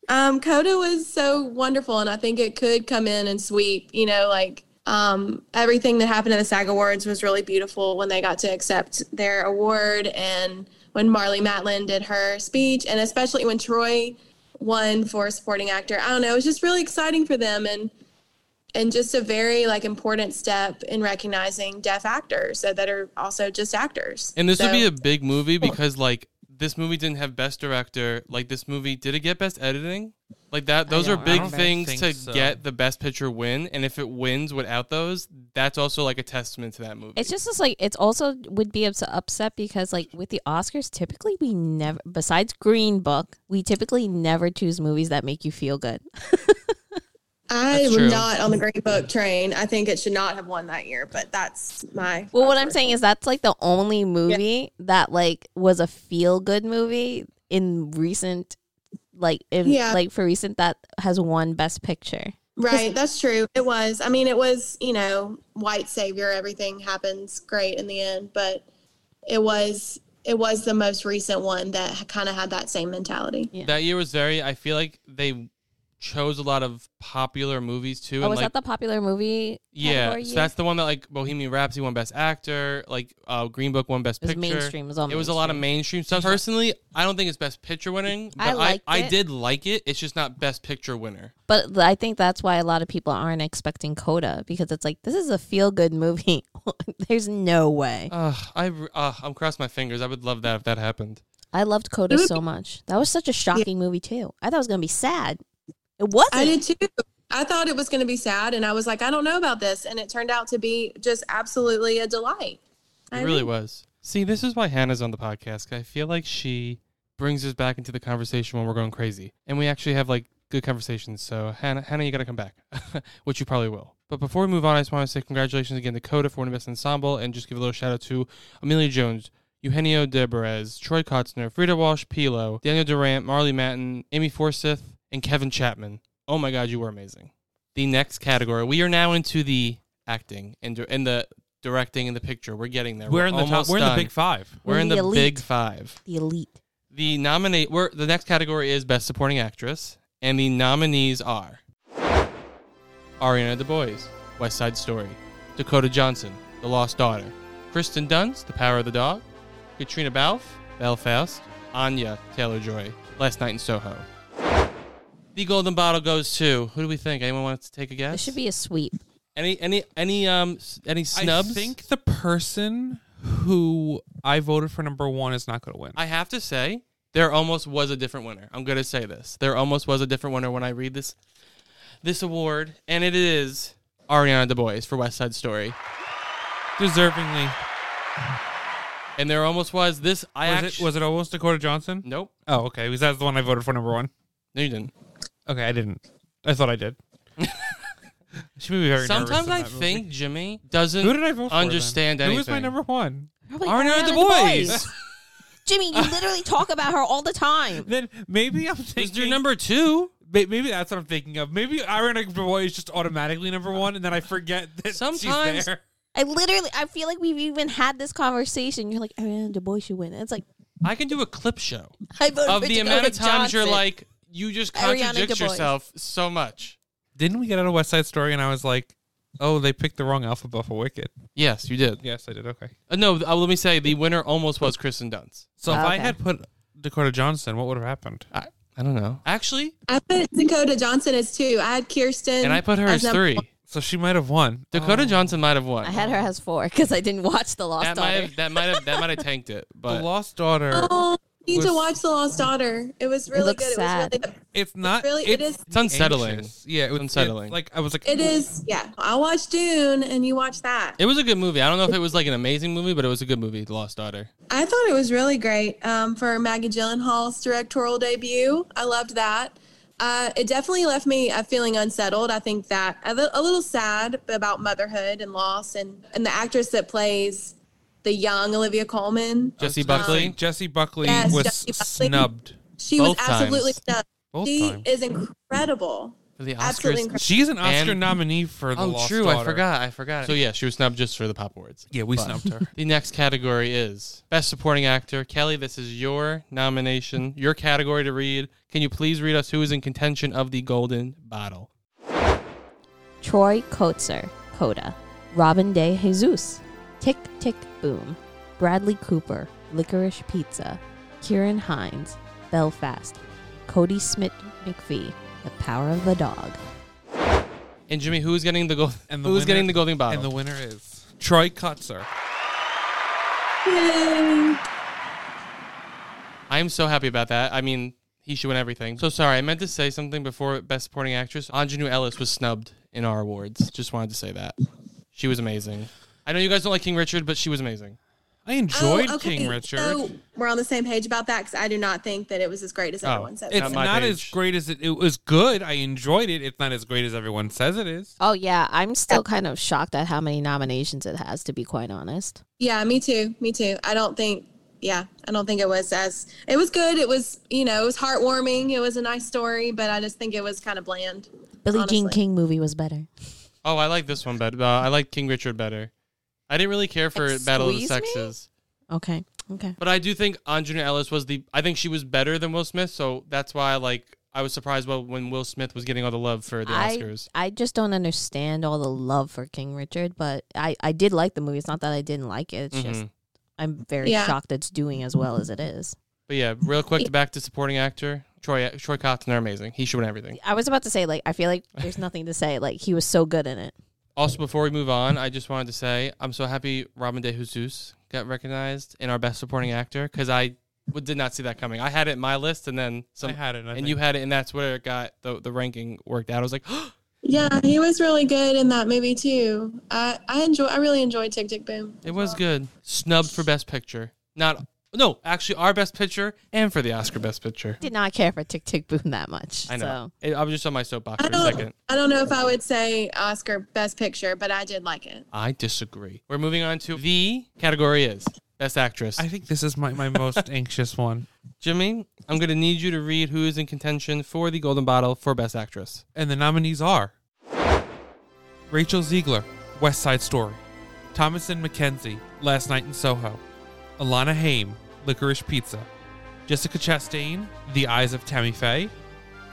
Um, Coda was so wonderful, and I think it could come in and sweep. You know, like um, everything that happened at the SAG Awards was really beautiful when they got to accept their award, and when Marley Matlin did her speech, and especially when Troy won for supporting actor. I don't know. It was just really exciting for them, and and just a very like important step in recognizing deaf actors so that are also just actors. And this would be So- a big movie because like this movie didn't have best director. Like this movie did it get best editing? Like that those are don't- I big don't things think to so. get the best picture win and if it wins without those, that's also like a testament to that movie. It's just it's like it's also would be ups- upset because like with the Oscars, typically we never besides Green Book, we typically never choose movies that make you feel good. I That's am true. not on the Green Book train. I think it should not have won that year, but that's my. Well, what I'm personal- saying is that's like the only movie that like was a feel good movie in recent, like in Yeah. like for recent that has won Best Picture. Right, that's true. It was. I mean, it was, you know, white savior, everything happens great in the end, but it was it was the most recent one that kind of had that same mentality. that year was very I feel like they chose a lot of popular movies too Oh, and was like that the popular movie? yeah, category so year? that's the one that like Bohemian Rhapsody won Best Actor, like uh, Green Book won Best It was Picture. mainstream. It was all It was a lot of mainstream. mainstream stuff. Personally, I don't think it's Best Picture winning. But I liked I, it. did like it. It's just not Best Picture winner. But th- I think that's why a lot of people aren't expecting Coda because it's like this is a feel good movie. There's no way. Ugh, I, uh, I'm crossing my fingers. I would love that if that happened. I loved Coda so much. That was such a shocking movie too. I thought it was gonna be sad. It wasn't. I did too. I thought it was going to be sad and I was like, I don't know about this and it turned out to be just absolutely a It delight. I really agree. was. See, this is why Hannah's on the podcast. 'cause I feel like she brings us back into the conversation when we're going crazy, and we actually have like good conversations. So Hannah, Hannah, you got to come back, which you probably will. But before we move on, I just want to say congratulations again to Coda for winning Best Ensemble, and just give a little shout out to Amelia Jones. Eugenio Debarez, Troy Kotzner, Frida Walsh, Pilo, Daniel Durant, Marley Matten, Amy Forsyth, and Kevin Chapman. Oh my God, you were amazing. The next category, we are now into the acting and di- and the directing and the picture. We're getting there. We're in the top. almost We're in the done. big five. We're in The the elite. big five. the elite. The nominate. We're the next category is best supporting actress, and the nominees are Ariana DeBois, West Side Story, Dakota Johnson, The Lost Daughter, Kristen Dunst, The Power of the Dog, Katrina Balfe, Belfast, Anya Taylor Joy, Last Night in Soho. The golden bottle goes to who do we think? Anyone wants to take a guess? It should be a sweep. any any any um s- any snubs. I think the person who I voted for number one is not going to win. I have to say, there almost was a different winner. I'm gonna say this. There almost was a different winner when I read this this award, and it is Ariana DeBois for West Side Story. Deservingly, And there almost was this. I was it, actually was it almost Dakota Johnson? nope. Oh, okay. Because that's the one I voted for number one. No, you didn't. Okay, I didn't. I thought I did. she would be very. nervous Sometimes in I that movie. think Jimmy doesn't Who did I vote for? then? understand anything. Who was my number one? Probably Ariana Ariana DeBose. DeBose. Jimmy, you literally talk about her all the time. Then maybe I'm Was thinking your number two? May- Maybe that's what I'm thinking of. Maybe Ironic Boy is just automatically number one, and then I forget that Sometimes- she's there. I literally, I feel like we've even had this conversation. You're like Ariana DeBois should win. And it's like I can do a clip show I voted of for the Dakota amount of times you're Johnson. like you just Ariana contradict DeBose. yourself so much. Didn't we get out of West Side Story? And I was like, oh, they picked the wrong alphabet for Wicked. Yes, you did. Yes, I did. Okay. Uh, no, uh, let me say the winner almost was Kristen Dunst. So if I Okay. had put Dakota Johnson, what would have happened? Oh, I, I don't know. Actually, I put Dakota Johnson as 2. I had Kirsten and I put her as number three. So she might have won. Dakota Johnson might have won. I had her as four because I didn't watch The Lost that might Daughter. have that might have that might have tanked it. The But Lost Daughter. Oh, you need was- to watch The Lost Daughter. It was really looks good. sad. It was It's not. really- it is- Uh, It's unsettling. anxious. Yeah, it was unsettling. it's like I was like, really. It is. Yeah, I watched Dune, and you watched that. it was a good movie. I don't know if it was like an amazing movie, but it was a good movie. The Lost Daughter. I thought it was really great um, for Maggie Gyllenhaal's directorial debut. I loved that. Uh, it definitely left me uh, feeling unsettled. I think that a, li- a little sad about motherhood and loss, and and the actress that plays the young Olivia Coleman. Jesse Buckley. Jesse Buckley Yes, was Jesse Buckley. snubbed She Both was times. absolutely snubbed. both She times. is incredible. For the Absolutely Oscars. incredible. She's an Oscar And- nominee for the Oh, Lost true. I Daughter. forgot. I forgot. So yeah, she was snubbed just for the pop awards. Yeah, we But- snubbed her. The next category is Best Supporting Actor. Kelly, this is your nomination, your category to read. Can you please read us who is in contention of the Golden Bottle? Troy Kotzer, Coda, Robin De Jesus, Tick Tick Boom, Bradley Cooper, Licorice Pizza, Kieran Hines, Belfast, Cody Smith McPhee, The Power of the Dog. And Jimmy, who's getting the gold? And the who's winner- getting the Golden Bottle? And the winner is Troy Kotzer. Yay. I'm so happy about that. I mean, he should win everything. So sorry, I meant to say something before Best Supporting Actress. Anjanou Ellis was snubbed in our awards. Just wanted to say that. She was amazing. I know you guys don't like King Richard, but she was amazing. I enjoyed Oh, okay. King Richard. So we're on the same page about that because I do not think that it was as great as Oh, everyone says. it's Not not, my as page. great as it, it was good. I enjoyed it. It's not as great as everyone says it is. Oh yeah, I'm still kind of shocked at how many nominations it has to be quite honest. Yeah, me too. Me too. I don't think. Yeah, I don't think it was as. It was good. It was you know it was heartwarming. It was a nice story, but I just think it was kind of bland. Billie Jean Honestly. King movie was better. Oh, I like this one better. Uh, I like King Richard better. I didn't really care for Battle of the Excuse me? Sexes, Okay. Okay. but I do think Anjanou Ellis was the. I think she was better than Will Smith, so that's why I like. I was surprised well when Will Smith was getting all the love for the Oscars. I, I just don't understand all the love for King Richard, but I, I did like the movie. It's not that I didn't like it. It's just Mhm. I'm very Yeah. shocked it's doing as well as it is. But yeah, real quick back to supporting actor Troy Troy Kotsner, amazing. He should win everything. I was about to say like I feel like there's nothing to say. Like he was so good in it. Also, before we move on, I just wanted to say I'm so happy Robin De Jesus got recognized in our Best Supporting Actor because I w- did not see that coming. I had it in my list, and then some, I had it. I and you had it, and that's where it got the the ranking worked out. I was like, Yeah, he was really good in that movie too. I I enjoy. I really enjoyed Tick Tick Boom. it was good. Snubbed for Best Picture, not no, actually our Best Picture and for the Oscar Best Picture. Did not care for Tick Tick Boom that much. I know. So It- I was just on my soapbox I for a second. don't. I don't know if I would say Oscar Best Picture, but I did like it. I disagree. We're moving on to the category is Best Actress. I think this is my, my most anxious one. Jimmy, I'm going to need you to read who is in contention for the Golden Bottle for Best Actress. And the nominees are Rachel Ziegler, West Side Story, Thomason McKenzie, Last Night in Soho, Alana Haim, Licorice Pizza, Jessica Chastain, The Eyes of Tammy Faye,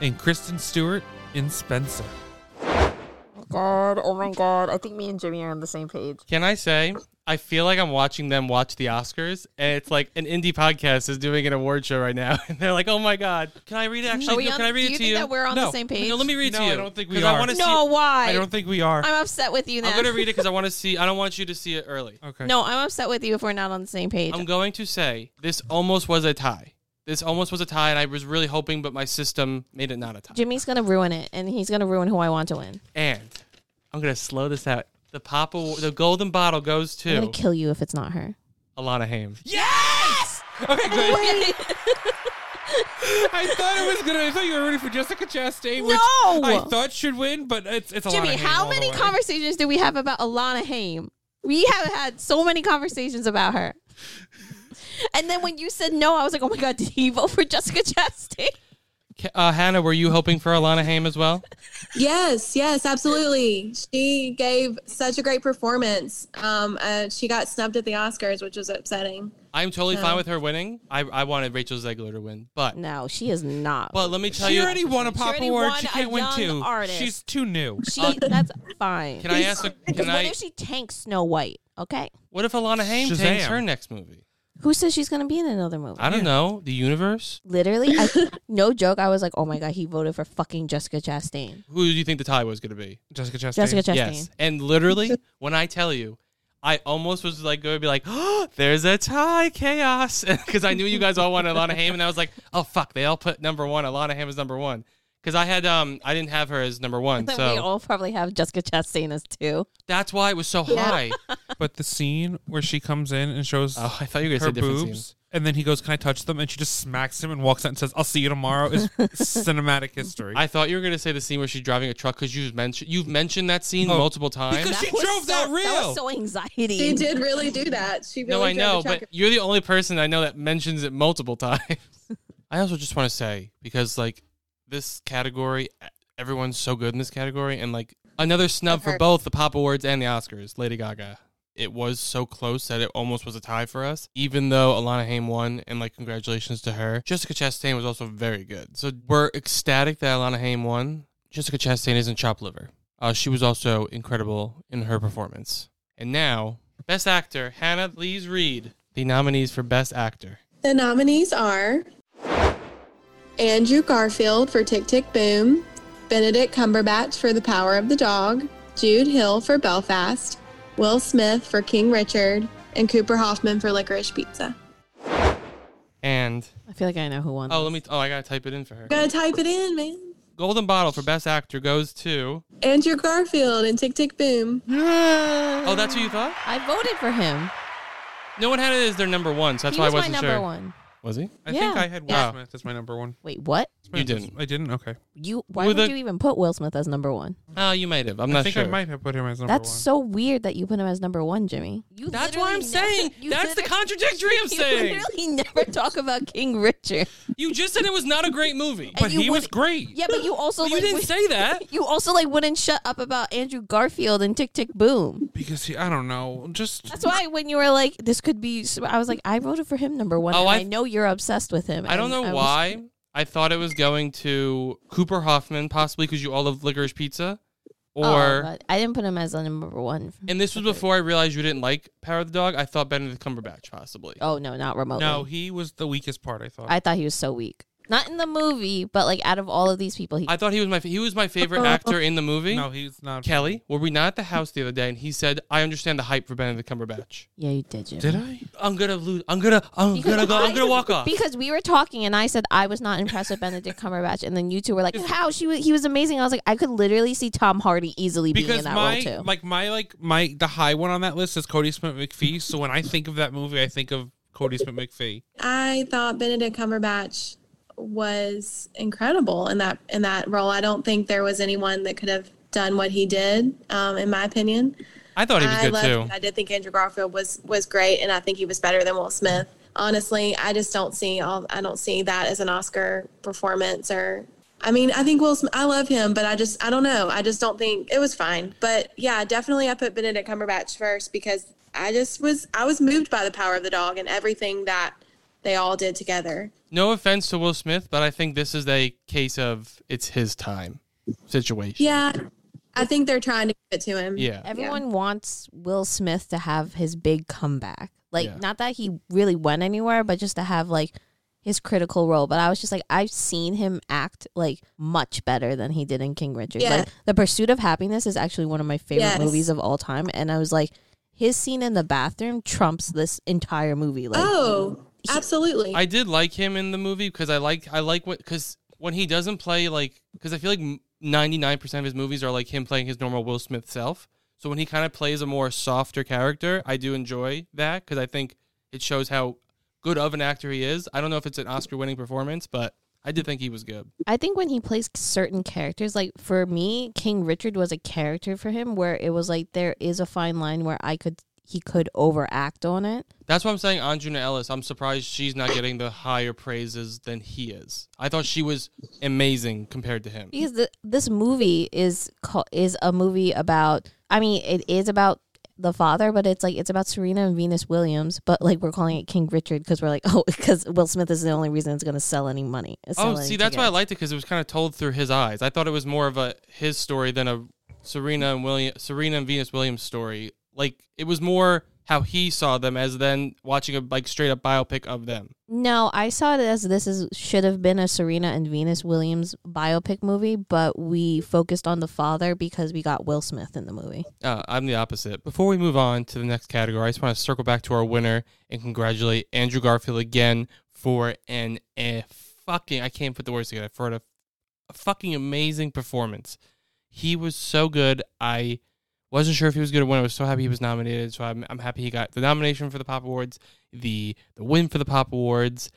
and Kristen Stewart in Spencer. God, oh my god. I think me and Jimmy are on the same page. Can I say, I feel like I'm watching them watch the Oscars, and it's like an indie podcast is doing an award show right now, and they're like, "Oh my god, can I read it? Actually, Are we no, on- can I read do it you to think you?" that we're on no. the same page? No, let me read it No, to you. I don't think we 'Cause I are. want to No, see. why? I don't think we are. I'm upset with you now. I'm gonna read it because I want to see. I don't want you to see it early. okay. No, I'm upset with you if we're not on the same page. I'm going to say this almost was a tie. This almost was a tie, and I was really hoping, but my system made it not a tie. Jimmy's gonna ruin it and he's gonna ruin who I want to win. And I'm gonna slow this out. The pop, award, the golden bottle goes I'm to gonna kill you if it's not her. Alana Haim. Yes! Okay, good. I thought it was gonna. I thought you were rooting for Jessica Chastain, which No! I thought should win, but it's it's a lot. Jimmy, how many conversations do we have about Alana Haim? We have had so many conversations about her. And then when you said no, I was like, oh my God, did he vote for Jessica Chastain? Ca- Uh, Hannah, were you hoping for Alana Haim as well? Yes, yes, absolutely. She gave such a great performance. Um, uh, she got snubbed at the Oscars, which was upsetting. I'm totally fine No. with her winning. I, I wanted Rachel Zegler to win, but No, she is not. but let me tell She you. already won a pop already award. won She a can't win young two. artist. She's too new. she, that's fine. uh, can I ask? A, Because can what I? if she tanks Snow White? Okay. What if Alana Haim Shazam. takes her next movie? Who says she's going to be in another movie? I don't know. The universe. Literally, I, no joke. I was like, oh my God, he voted for fucking Jessica Chastain. Who do you think the tie was going to be? Jessica Chastain. Jessica Chastain. Yes. And literally, when I tell you, I almost was like going to be like, oh, "There's a tie, chaos," because I knew you guys all wanted Alana Haim, and I was like, "Oh fuck, they all put number one. Alana Haim is number one." Because I had um I didn't have her as number one, Then so we all probably have Jessica Chastain as two. That's why it was so high. but the scene where she comes in and shows Oh, I thought you were her going to say different boobs, scenes. and then he goes, "Can I touch them?" And she just smacks him and walks out and says, "I'll see you tomorrow." Is cinematic history. I thought you were going to say the scene where she's driving a truck because you've mentioned you've mentioned that scene Oh. multiple times. Because- She was drove so, that That reel. was so anxiety. She did really do that. She really Mm. no, I drove know, a but truck. you're the only person I know that mentions it multiple times. I also just want to say because like this category, e, everyone's so good in this category, and like another snub for both the Pop Awards and the Oscars, Lady Gaga. It was so close that it almost was a tie for us, even though Alana Haim won, and like congratulations to her. Jessica Chastain was also very good, so we're ecstatic that Alana Haim won. Jessica Chastain isn't chop liver. Uh, she was also incredible in her performance. And now, Best Actor, Hannah Lees Reed. The nominees for Best Actor. The nominees are Andrew Garfield for Tick Tick Boom, Benedict Cumberbatch for The Power of the Dog, Jude Hill for Belfast, Will Smith for King Richard, and Cooper Hoffman for Licorice Pizza. And I feel like I know who won. oh, let me. Oh, I gotta type it in for her. Gotta type it in, man. Golden Bottle for Best Actor goes to. Andrew Garfield and Tick Tick Boom. Oh, that's who you thought? I voted for him. No one had it as their number one, so that's he why was I wasn't my number sure. one. Was he? I think Yeah. I had Will Yeah. Smith as my number one. Wait, what? You didn't. I didn't. Okay. You why With would a- you even put Will Smith as number one? Oh, you might have. I'm I not think sure. I might have put him as number That's one. so weird that you put him as number one, Jimmy. You That's what I'm literally saying. you That's the literally- contradictory I'm you saying. literally never talk about King Richard. You just said it was not a great movie. but you he was would- great. Yeah, but you also But you like, didn't would- say that. You also like wouldn't shut up about Andrew Garfield and Tick Tick Boom. Because he, I don't know, just That's why when you were like, "This could be," I was like, "I voted for him number one." Oh, and I- I, know you're obsessed with him. I don't and know was- why. I thought it was going to Cooper Hoffman, possibly because you all love Licorice Pizza, Oh, or. but I didn't put him as a number one. and this was before I realized you didn't like Power of the Dog. I thought Benedict Cumberbatch possibly. Oh no, not remotely. no, he was the weakest part. I thought. I thought he was so weak. Not in the movie, but like out of all of these people, he. I thought he was my he was my favorite actor in the movie. no, he's not. Kelly, were we not at the house the other day? And he said, "I understand the hype for Benedict Cumberbatch. yeah, you did, Jimmy. Did I? I'm gonna lose. I'm gonna. I'm gonna go. I'm gonna walk off." Because we were talking, and I said I was not impressed with Benedict Cumberbatch, and then you two were like, "How she was, he was amazing." I was like, I could literally see Tom Hardy easily being in Because that my role too. like my like my the high one on that list is Cody Smith McPhee. So when I think of that movie, I think of Cody Smith McPhee. I thought Benedict Cumberbatch was incredible in that in that role. I don't think there was anyone that could have done what he did, um, in my opinion. I thought he was I good loved too. him. I did think Andrew Garfield was was great, and I think he was better than Will Smith. Honestly, I just don't see all. I don't see that as an Oscar performance. Or, I mean, I think Will. Smith, I love him, but I just I don't know. I just don't think it was fine. But yeah, definitely I put Benedict Cumberbatch first because I just was I was moved by the power of the dog and everything that they all did together. No offense to Will Smith, but I think this is a case of it's his time situation. Yeah, I think they're trying to give it to him. Yeah. Everyone wants Will Smith to have his big comeback. Like, Yeah. not that he really went anywhere, but just to have like his critical role. But I was just like, I've seen him act like much better than he did in King Richard. Yeah. Like, The Pursuit of Happiness is actually one of my favorite Yes. movies of all time, and I was like, his scene in the bathroom trumps this entire movie. Like, Oh, absolutely. I did like him in the movie because I like I like what because when he doesn't play like because I feel like ninety nine percent of his movies are like him playing his normal Will Smith self. So when he kind of plays a more softer character, I do enjoy that because I think it shows how good of an actor he is. I don't know if it's an Oscar winning performance, but I did think he was good. I think when he plays certain characters, like for me, King Richard was a character for him where it was like there is a fine line where I could he could overact on it. That's why I'm saying Anjuna Ellis. I'm surprised she's not getting the higher praises than he is. I thought she was amazing compared to him. because the, this movie is called, is a movie about i mean it is about the father but it's like it's about serena and venus williams but like we're calling it king richard because we're like oh because will smith is the only reason it's going to sell any money Oh, see, that's why I liked it because it was kind of told through his eyes. I thought it was more of a his story than a Serena and William, Serena and Venus Williams story. Like it was more how he saw them as then watching a like straight up biopic of them. no i saw it as this is should have been a serena and venus williams biopic movie but we focused on the father because we got will smith in the movie Uh, I'm the opposite. Before we move on to the next category, I just want to circle back to our winner and congratulate Andrew Garfield again for an eh, fucking I can't put the words together for a, a fucking amazing performance. He was so good. I Wasn't sure if he was going to win. I was so happy he was nominated. So I'm, I'm happy he got the nomination for the Pop Awards, the the win for the Pop Awards,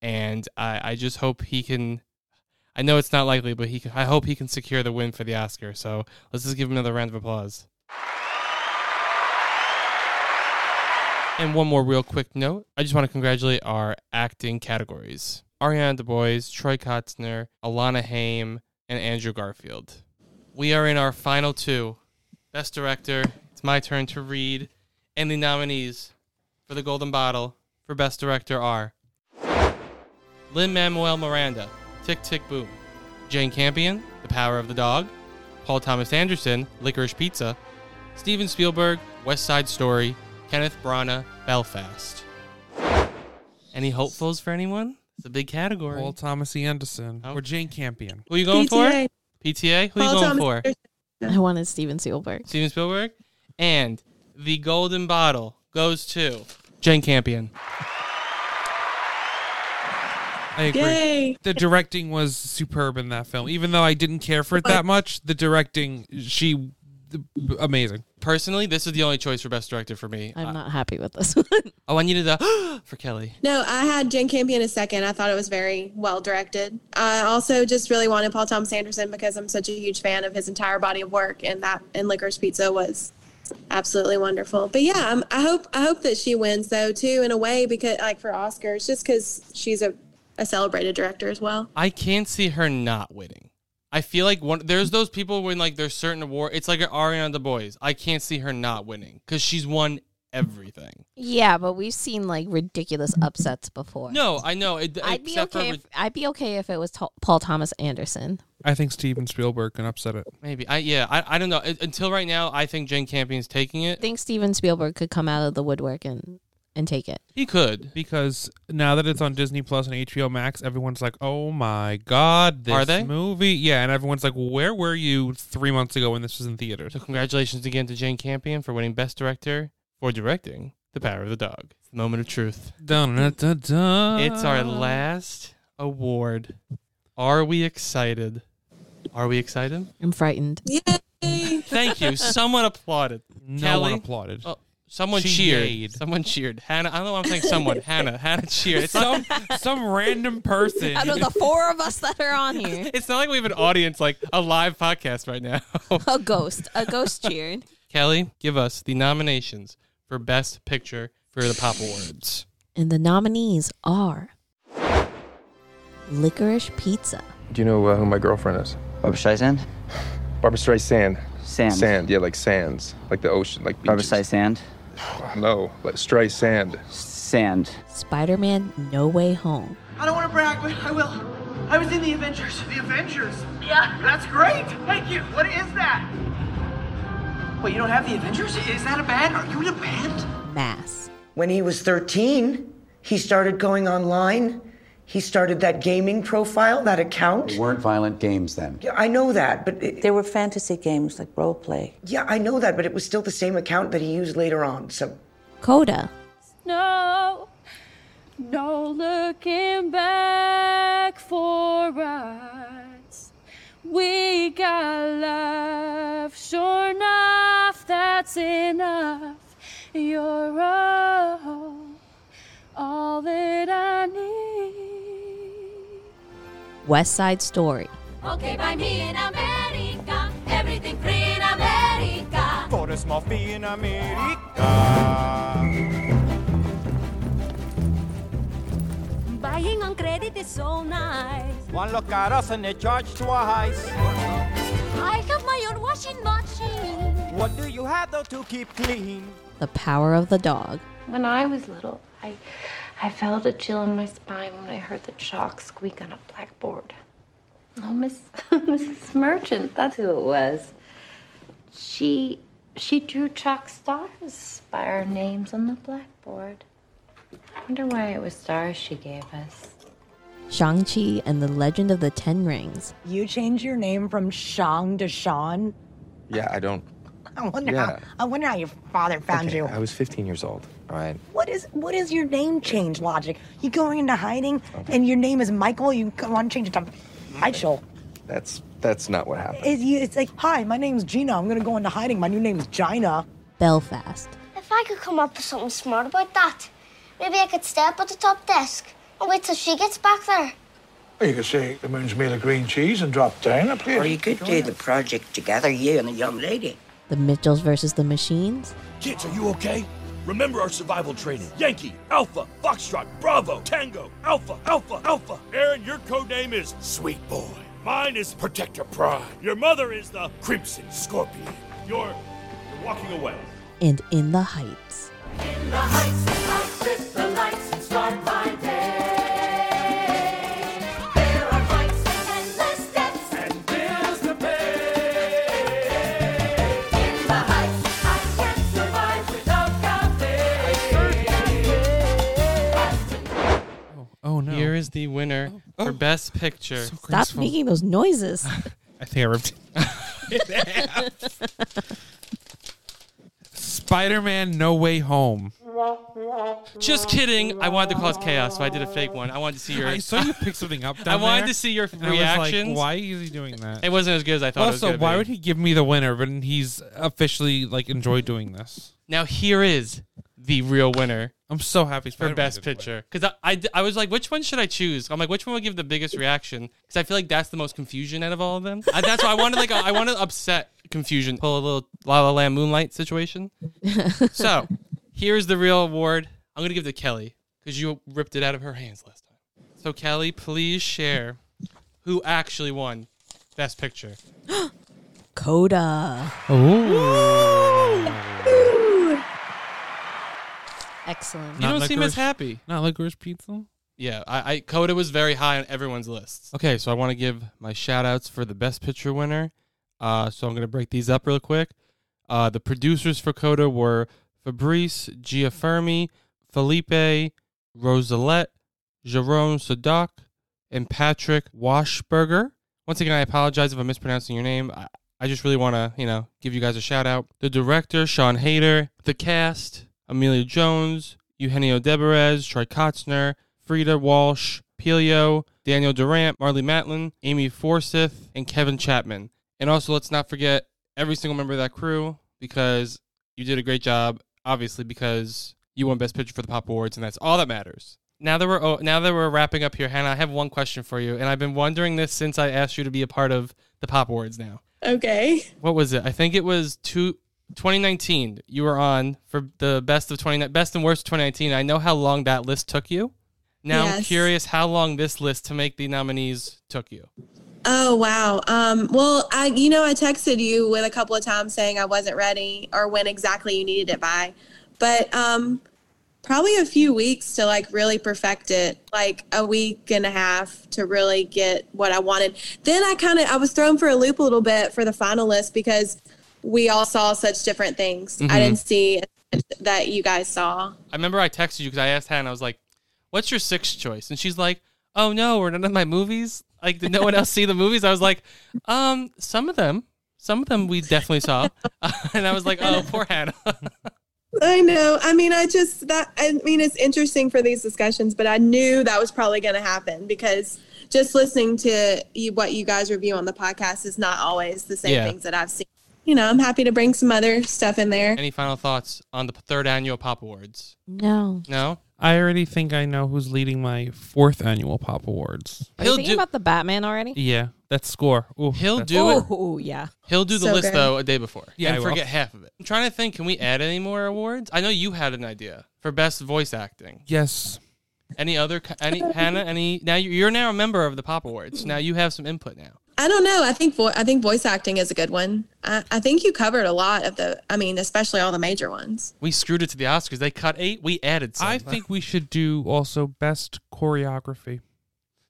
and I, I just hope he can. I know it's not likely, but he can, I hope he can secure the win for the Oscar. So let's just give him another round of applause. And one more real quick note. I just want to congratulate our acting categories. Ariana DuBois, Troy Kotzner, Alana Haim, and Andrew Garfield. We are in our final two. Best Director, it's my turn to read. And the nominees for the Golden Bottle for Best Director are Lynn Manuel Miranda, Tick Tick Boom, Jane Campion, The Power of the Dog, Paul Thomas Anderson, Licorice Pizza, Steven Spielberg, West Side Story, Kenneth Branagh, Belfast. Any hopefuls for anyone? It's a big category. Paul Thomas E. Anderson Oh. or Jane Campion. Who you going PTA, for? PTA? Who Paul you going Thomas for? Anderson. I wanted Steven Spielberg. Steven Spielberg. And the golden bottle goes to Jane Campion. I agree. Yay. The directing was superb in that film. Even though I didn't care for it that much, the directing she amazing. Personally, this is the only choice for best director for me. I'm Uh, not happy with this one. oh, I needed a for Kelly. No, I had Jane Campion a second. I thought it was very well directed. I also just really wanted Paul Thomas Anderson because I'm such a huge fan of his entire body of work, and that and Licorice Pizza was absolutely wonderful. But yeah, I'm, I hope I hope that she wins though too in a way because like for Oscars, just because she's a, a celebrated director as well. I can't see her not winning. I feel like one there's those people when like there's certain award. It's like Ariana DuBois. I can't see her not winning because she's won everything. yeah, but we've seen like ridiculous upsets before. No, I know. It, I'd be except for okay. If, re- I'd be okay if it was to- Paul Thomas Anderson. I think Steven Spielberg can upset it. maybe. I yeah. I, I don't know. It- until right now, I think Jane Campion's taking I it. think Steven Spielberg could come out of the woodwork and and take it. He could. because now that it's on Disney Plus and HBO Max, everyone's like, "Oh my god, this Are they? movie?" Yeah, and everyone's like, "Where were you three months ago when this was in theaters?" So congratulations again to Jane Campion for winning Best Director for directing The Power of the Dog. It's the moment of truth. Dun, dun, dun, dun. It's our last award. Are we excited? Are we excited? I'm frightened. Yay! Thank you. Someone applauded. No Kelly? one applauded. Oh, Someone She cheered. yayed. Someone cheered. Hannah. I don't know. why I'm saying someone. Hannah. Hannah cheered. It's not, some some random person. Out of the four of us that are on here, it's not like we have an audience like a live podcast right now. a ghost, a ghost cheered. Kelly, give us the nominations for Best Picture for the Pop Awards. And the nominees are Licorice Pizza, Do you know uh, who my girlfriend is? Barbara Streisand? Barbara Streisand. Sand. Sand, yeah, like sands, like the ocean, like Barbara beaches. Streisand? No, like Streisand. Sand. Spider Man No Way Home, I don't want to brag, but I will. I was in the Avengers. The Avengers? Yeah. That's great. Thank you. What is that? Wait, you don't have the Avengers? Is that a band? Are you in a band? Mass, When he was 13, he started going online. He started that gaming profile, that account. They weren't violent games then. Yeah, I know that, but it, There were fantasy games like role play. yeah, I know that, but it was still the same account that he used later on. So Coda, No, no looking back for us. We got love, sure enough, that's enough. You're all, all that I need. West Side Story, Okay, buy me in America, everything free in America. For a small fee in America. Buying on credit is so nice. One look at us and they charge twice. I have my own washing machine. What do you have though to keep clean? The Power of the Dog, When I was little, I I felt a chill in my spine when I heard the chalk squeak on a blackboard. Oh, Miss Mrs. Merchant, that's who it was. She she drew chalk stars by our names on the blackboard. Wonder why it was stars she gave us. Shang-Chi and the Legend of the Ten Rings, you change your name from Shang to Sean. Yeah, I don't. I wonder how- Yeah. I wonder how your father found Okay, I was 15 years old. All right. What is what is your name change logic? You going into hiding, and your name is Michael. You want to change it to Michael. That's that's not what happened. It, you- it's like, hi, my name's Gina. I'm gonna go into hiding. My new name's Gina. Belfast. If I could come up with something smart about that, maybe I could stay up at the top desk and wait till she gets back there. Well, you could say the moon's made of green cheese and drop down a plate. Or you could do the project together, you and the young lady. The Mitchells versus the Machines. Kids, are you okay? Remember our survival training. Yankee, Alpha, Foxtrot, Bravo, Tango, Alpha, Alpha, Alpha. Aaron, your code name is Sweet Boy. Mine is Protector Pride. Your mother is the Crimson Scorpion. You're, you're walking away. And In the Heights. Oh no! Here is the winner Oh. for Best Picture. Stop making those noises. I think I ripped. Spider-Man: No Way Home. Just kidding. I wanted to cause chaos, so I did a fake one. I wanted to see your. I saw you pick something up. I down wanted there, to see your and I was like, reactions. why is he doing that? It wasn't as good as I thought. also, it was why would he give me the winner when he's officially like enjoy doing this? Now here is the real winner. I'm so happy for Best Picture because I, I d- I was like, which one should I choose? I'm like, which one would give the biggest reaction? Because I feel like that's the most confusion out of all of them. I, that's why I wanted like a, I wanted upset confusion, pull a little La La Land Moonlight situation. so here's the real award. I'm gonna give it to Kelly because you ripped it out of her hands last time. So Kelly, please share who actually won Best Picture. Coda. Oh. Excellent. You don't seem as happy. Not licorice pizza. Yeah, I, I Coda was very high on everyone's list. Okay, so I want to give my shout outs for the best picture winner. Uh, so I'm going to break these up real quick. Uh, the producers for Coda were Fabrice Giafermi, Felipe Rosalette, Jerome Sadak, and Patrick Washberger. Once again, I apologize if I'm mispronouncing your name. I, I just really want to, you know, give you guys a shout out. The director, Sean Hayter, the cast, Amelia Jones, Eugenio Deberez, Troy Kotzner, Frida Walsh, Pelio, Daniel Durant, Marley Matlin, Amy Forsyth, and Kevin Chapman. And also, let's not forget every single member of that crew because you did a great job, obviously, because you won Best Picture for the Pop Awards, and that's all that matters. Now that we're oh, now that we're wrapping up here, Hannah, I have one question for you, and I've been wondering this since I asked you to be a part of the Pop Awards. Now, Okay. what was it? I think it was two, 2019. You were on for the best of 20, best and worst of 2019. I know how long that list took you. Now I'm Yes. curious how long this list to make the nominees took you. Oh wow. Um, well, I you know I texted you with a couple of times saying I wasn't ready or when exactly you needed it by, but um, probably a few weeks to like really perfect it, like a week and a half to really get what I wanted. Then I kind of I was thrown for a loop a little bit for the finalists because we all saw such different things. I Mhm. didn't see that you guys saw. I remember I texted you because I asked Hannah, I was like, what's your sixth choice? And she's like, oh no, were none of my movies? Like, did no one else see the movies? I was like, um, some of them. Some of them we definitely saw. and I was like, oh, poor Hannah. I know. I mean, I just that. I mean, it's interesting for these discussions, but I knew that was probably going to happen because just listening to you, what you guys review on the podcast is not always the same Yeah. things that I've seen. You know, I'm happy to bring some other stuff in there. Any final thoughts on the third annual Pop Awards? No. No? I already think I know who's leading my fourth annual Pop Awards. Are you thinking about the Batman already? Yeah, that score. Ooh, He'll that's- do it. Oh, yeah. He'll do the So list good. though a day before. Yeah, I and will. forget half of it. I'm trying to think, can we add any more awards? I know you had an idea for best voice acting. Yes. Any other any Hannah? Any now you- you're now a member of the Pop Awards. Now you have some input now. I don't know. I think vo- I think voice acting is a good one. I, I think you covered a lot of the. I mean, especially all the major ones. We screwed it to the Oscars. They cut eight. We added. Some. I think we should do also best choreography.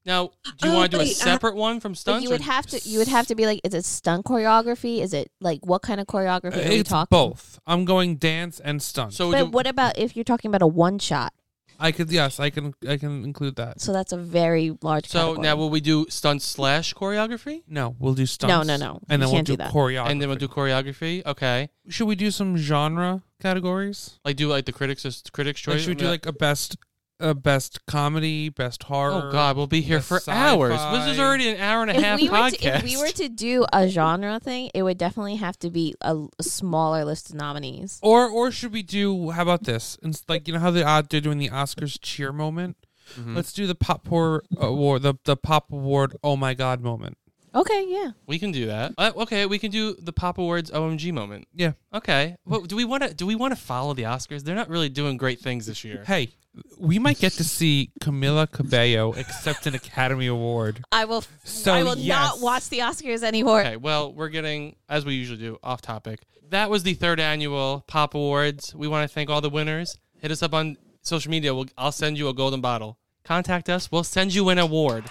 Now, do you Oh, want to do a wait, I- separate one from But stunts? you or- would have to. You would have to be like, is it stunt choreography? Is it like what kind of choreography are we Uh, It's talking? both. I'm going dance and Uh, stunt. So But what about if you're talking about a one shot? I could yes, I can I can include that. So that's a very large. So now will we do stunts slash choreography? No, we'll do stunts. no, no. And You then we'll can't do, do that. choreography. And then we'll do choreography. Okay, should we do some genre categories? like do like the critics critics choice. Like, should we do like a best uh, best comedy, best horror. Oh, God, we'll be here best for sci-fi. hours. This is already an hour and a half we were podcast. to, if we were to do a genre thing, it would definitely have to be a, l- a smaller list of nominees. Or or should we do? How about this? It's like you know how they are they're doing the Oscars cheer moment. Mhm. Let's do the pop horror award, the the pop award. Oh my god, moment. Okay, yeah. We can do that. Uh, okay, we can do the Pop Awards OMG moment. Yeah. Okay. Well, do we want to? Do we want to follow the Oscars? They're not really doing great things this year. Hey, we might get to see Camila Cabello accept an Academy Award. I will. So, I will yes. not watch the Oscars anymore. Okay. Well, we're getting as we usually do off topic. That was the third annual Pop Awards. We want to thank all the winners. Hit us up on social media. We'll, I'll send you a golden bottle. Contact us. We'll send you an award.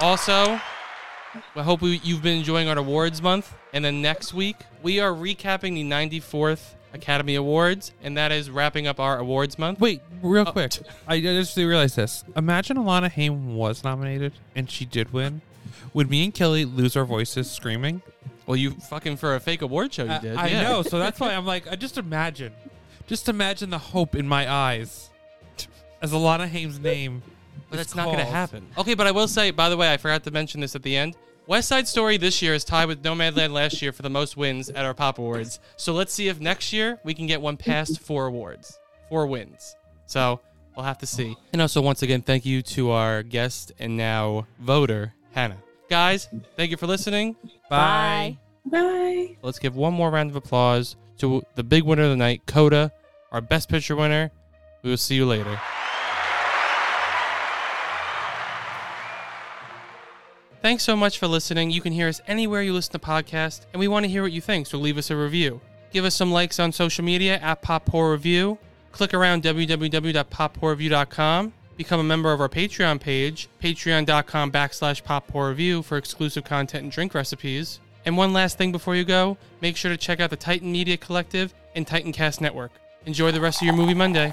Also, I hope we, you've been enjoying our awards month. And then next week, we are recapping the 94th Academy Awards, and that is wrapping up our awards month. Wait, Uh, real quick, I I just realized this. Imagine Alana Haim was nominated and she did win. Would me and Kelly lose our voices screaming? Well, you fucking for a fake award show, you I- did. I yeah. know, so that's why I'm like, I just imagine, just imagine the hope in my eyes as Alana Haim's name. But is that's not going to called. happen. Okay, but I will say, by the way, I forgot to mention this at the end. West Side Story this year is tied with Nomadland last year for the most wins at our Pop Awards. So let's see if next year we can get one past four awards, four wins. So we'll have to see. And also, once again, thank you to our guest and now voter, Hannah. Guys, thank you for listening. Bye. Bye. Let's give one more round of applause to the big winner of the night, Coda, our best picture winner. We will see you later. Thanks so much for listening. You can hear us anywhere you listen to podcasts, and we want to hear what you think, so leave us a review. Give us some likes on social media at Pop Horror Review. Click around www.pophorrorreview.com. Become a member of our Patreon page, patreon.com backslash Pop Horror Review for exclusive content and drink recipes. And one last thing before you go, make sure to check out the Titan Media Collective and Titan Cast Network. Enjoy the rest of your movie Monday.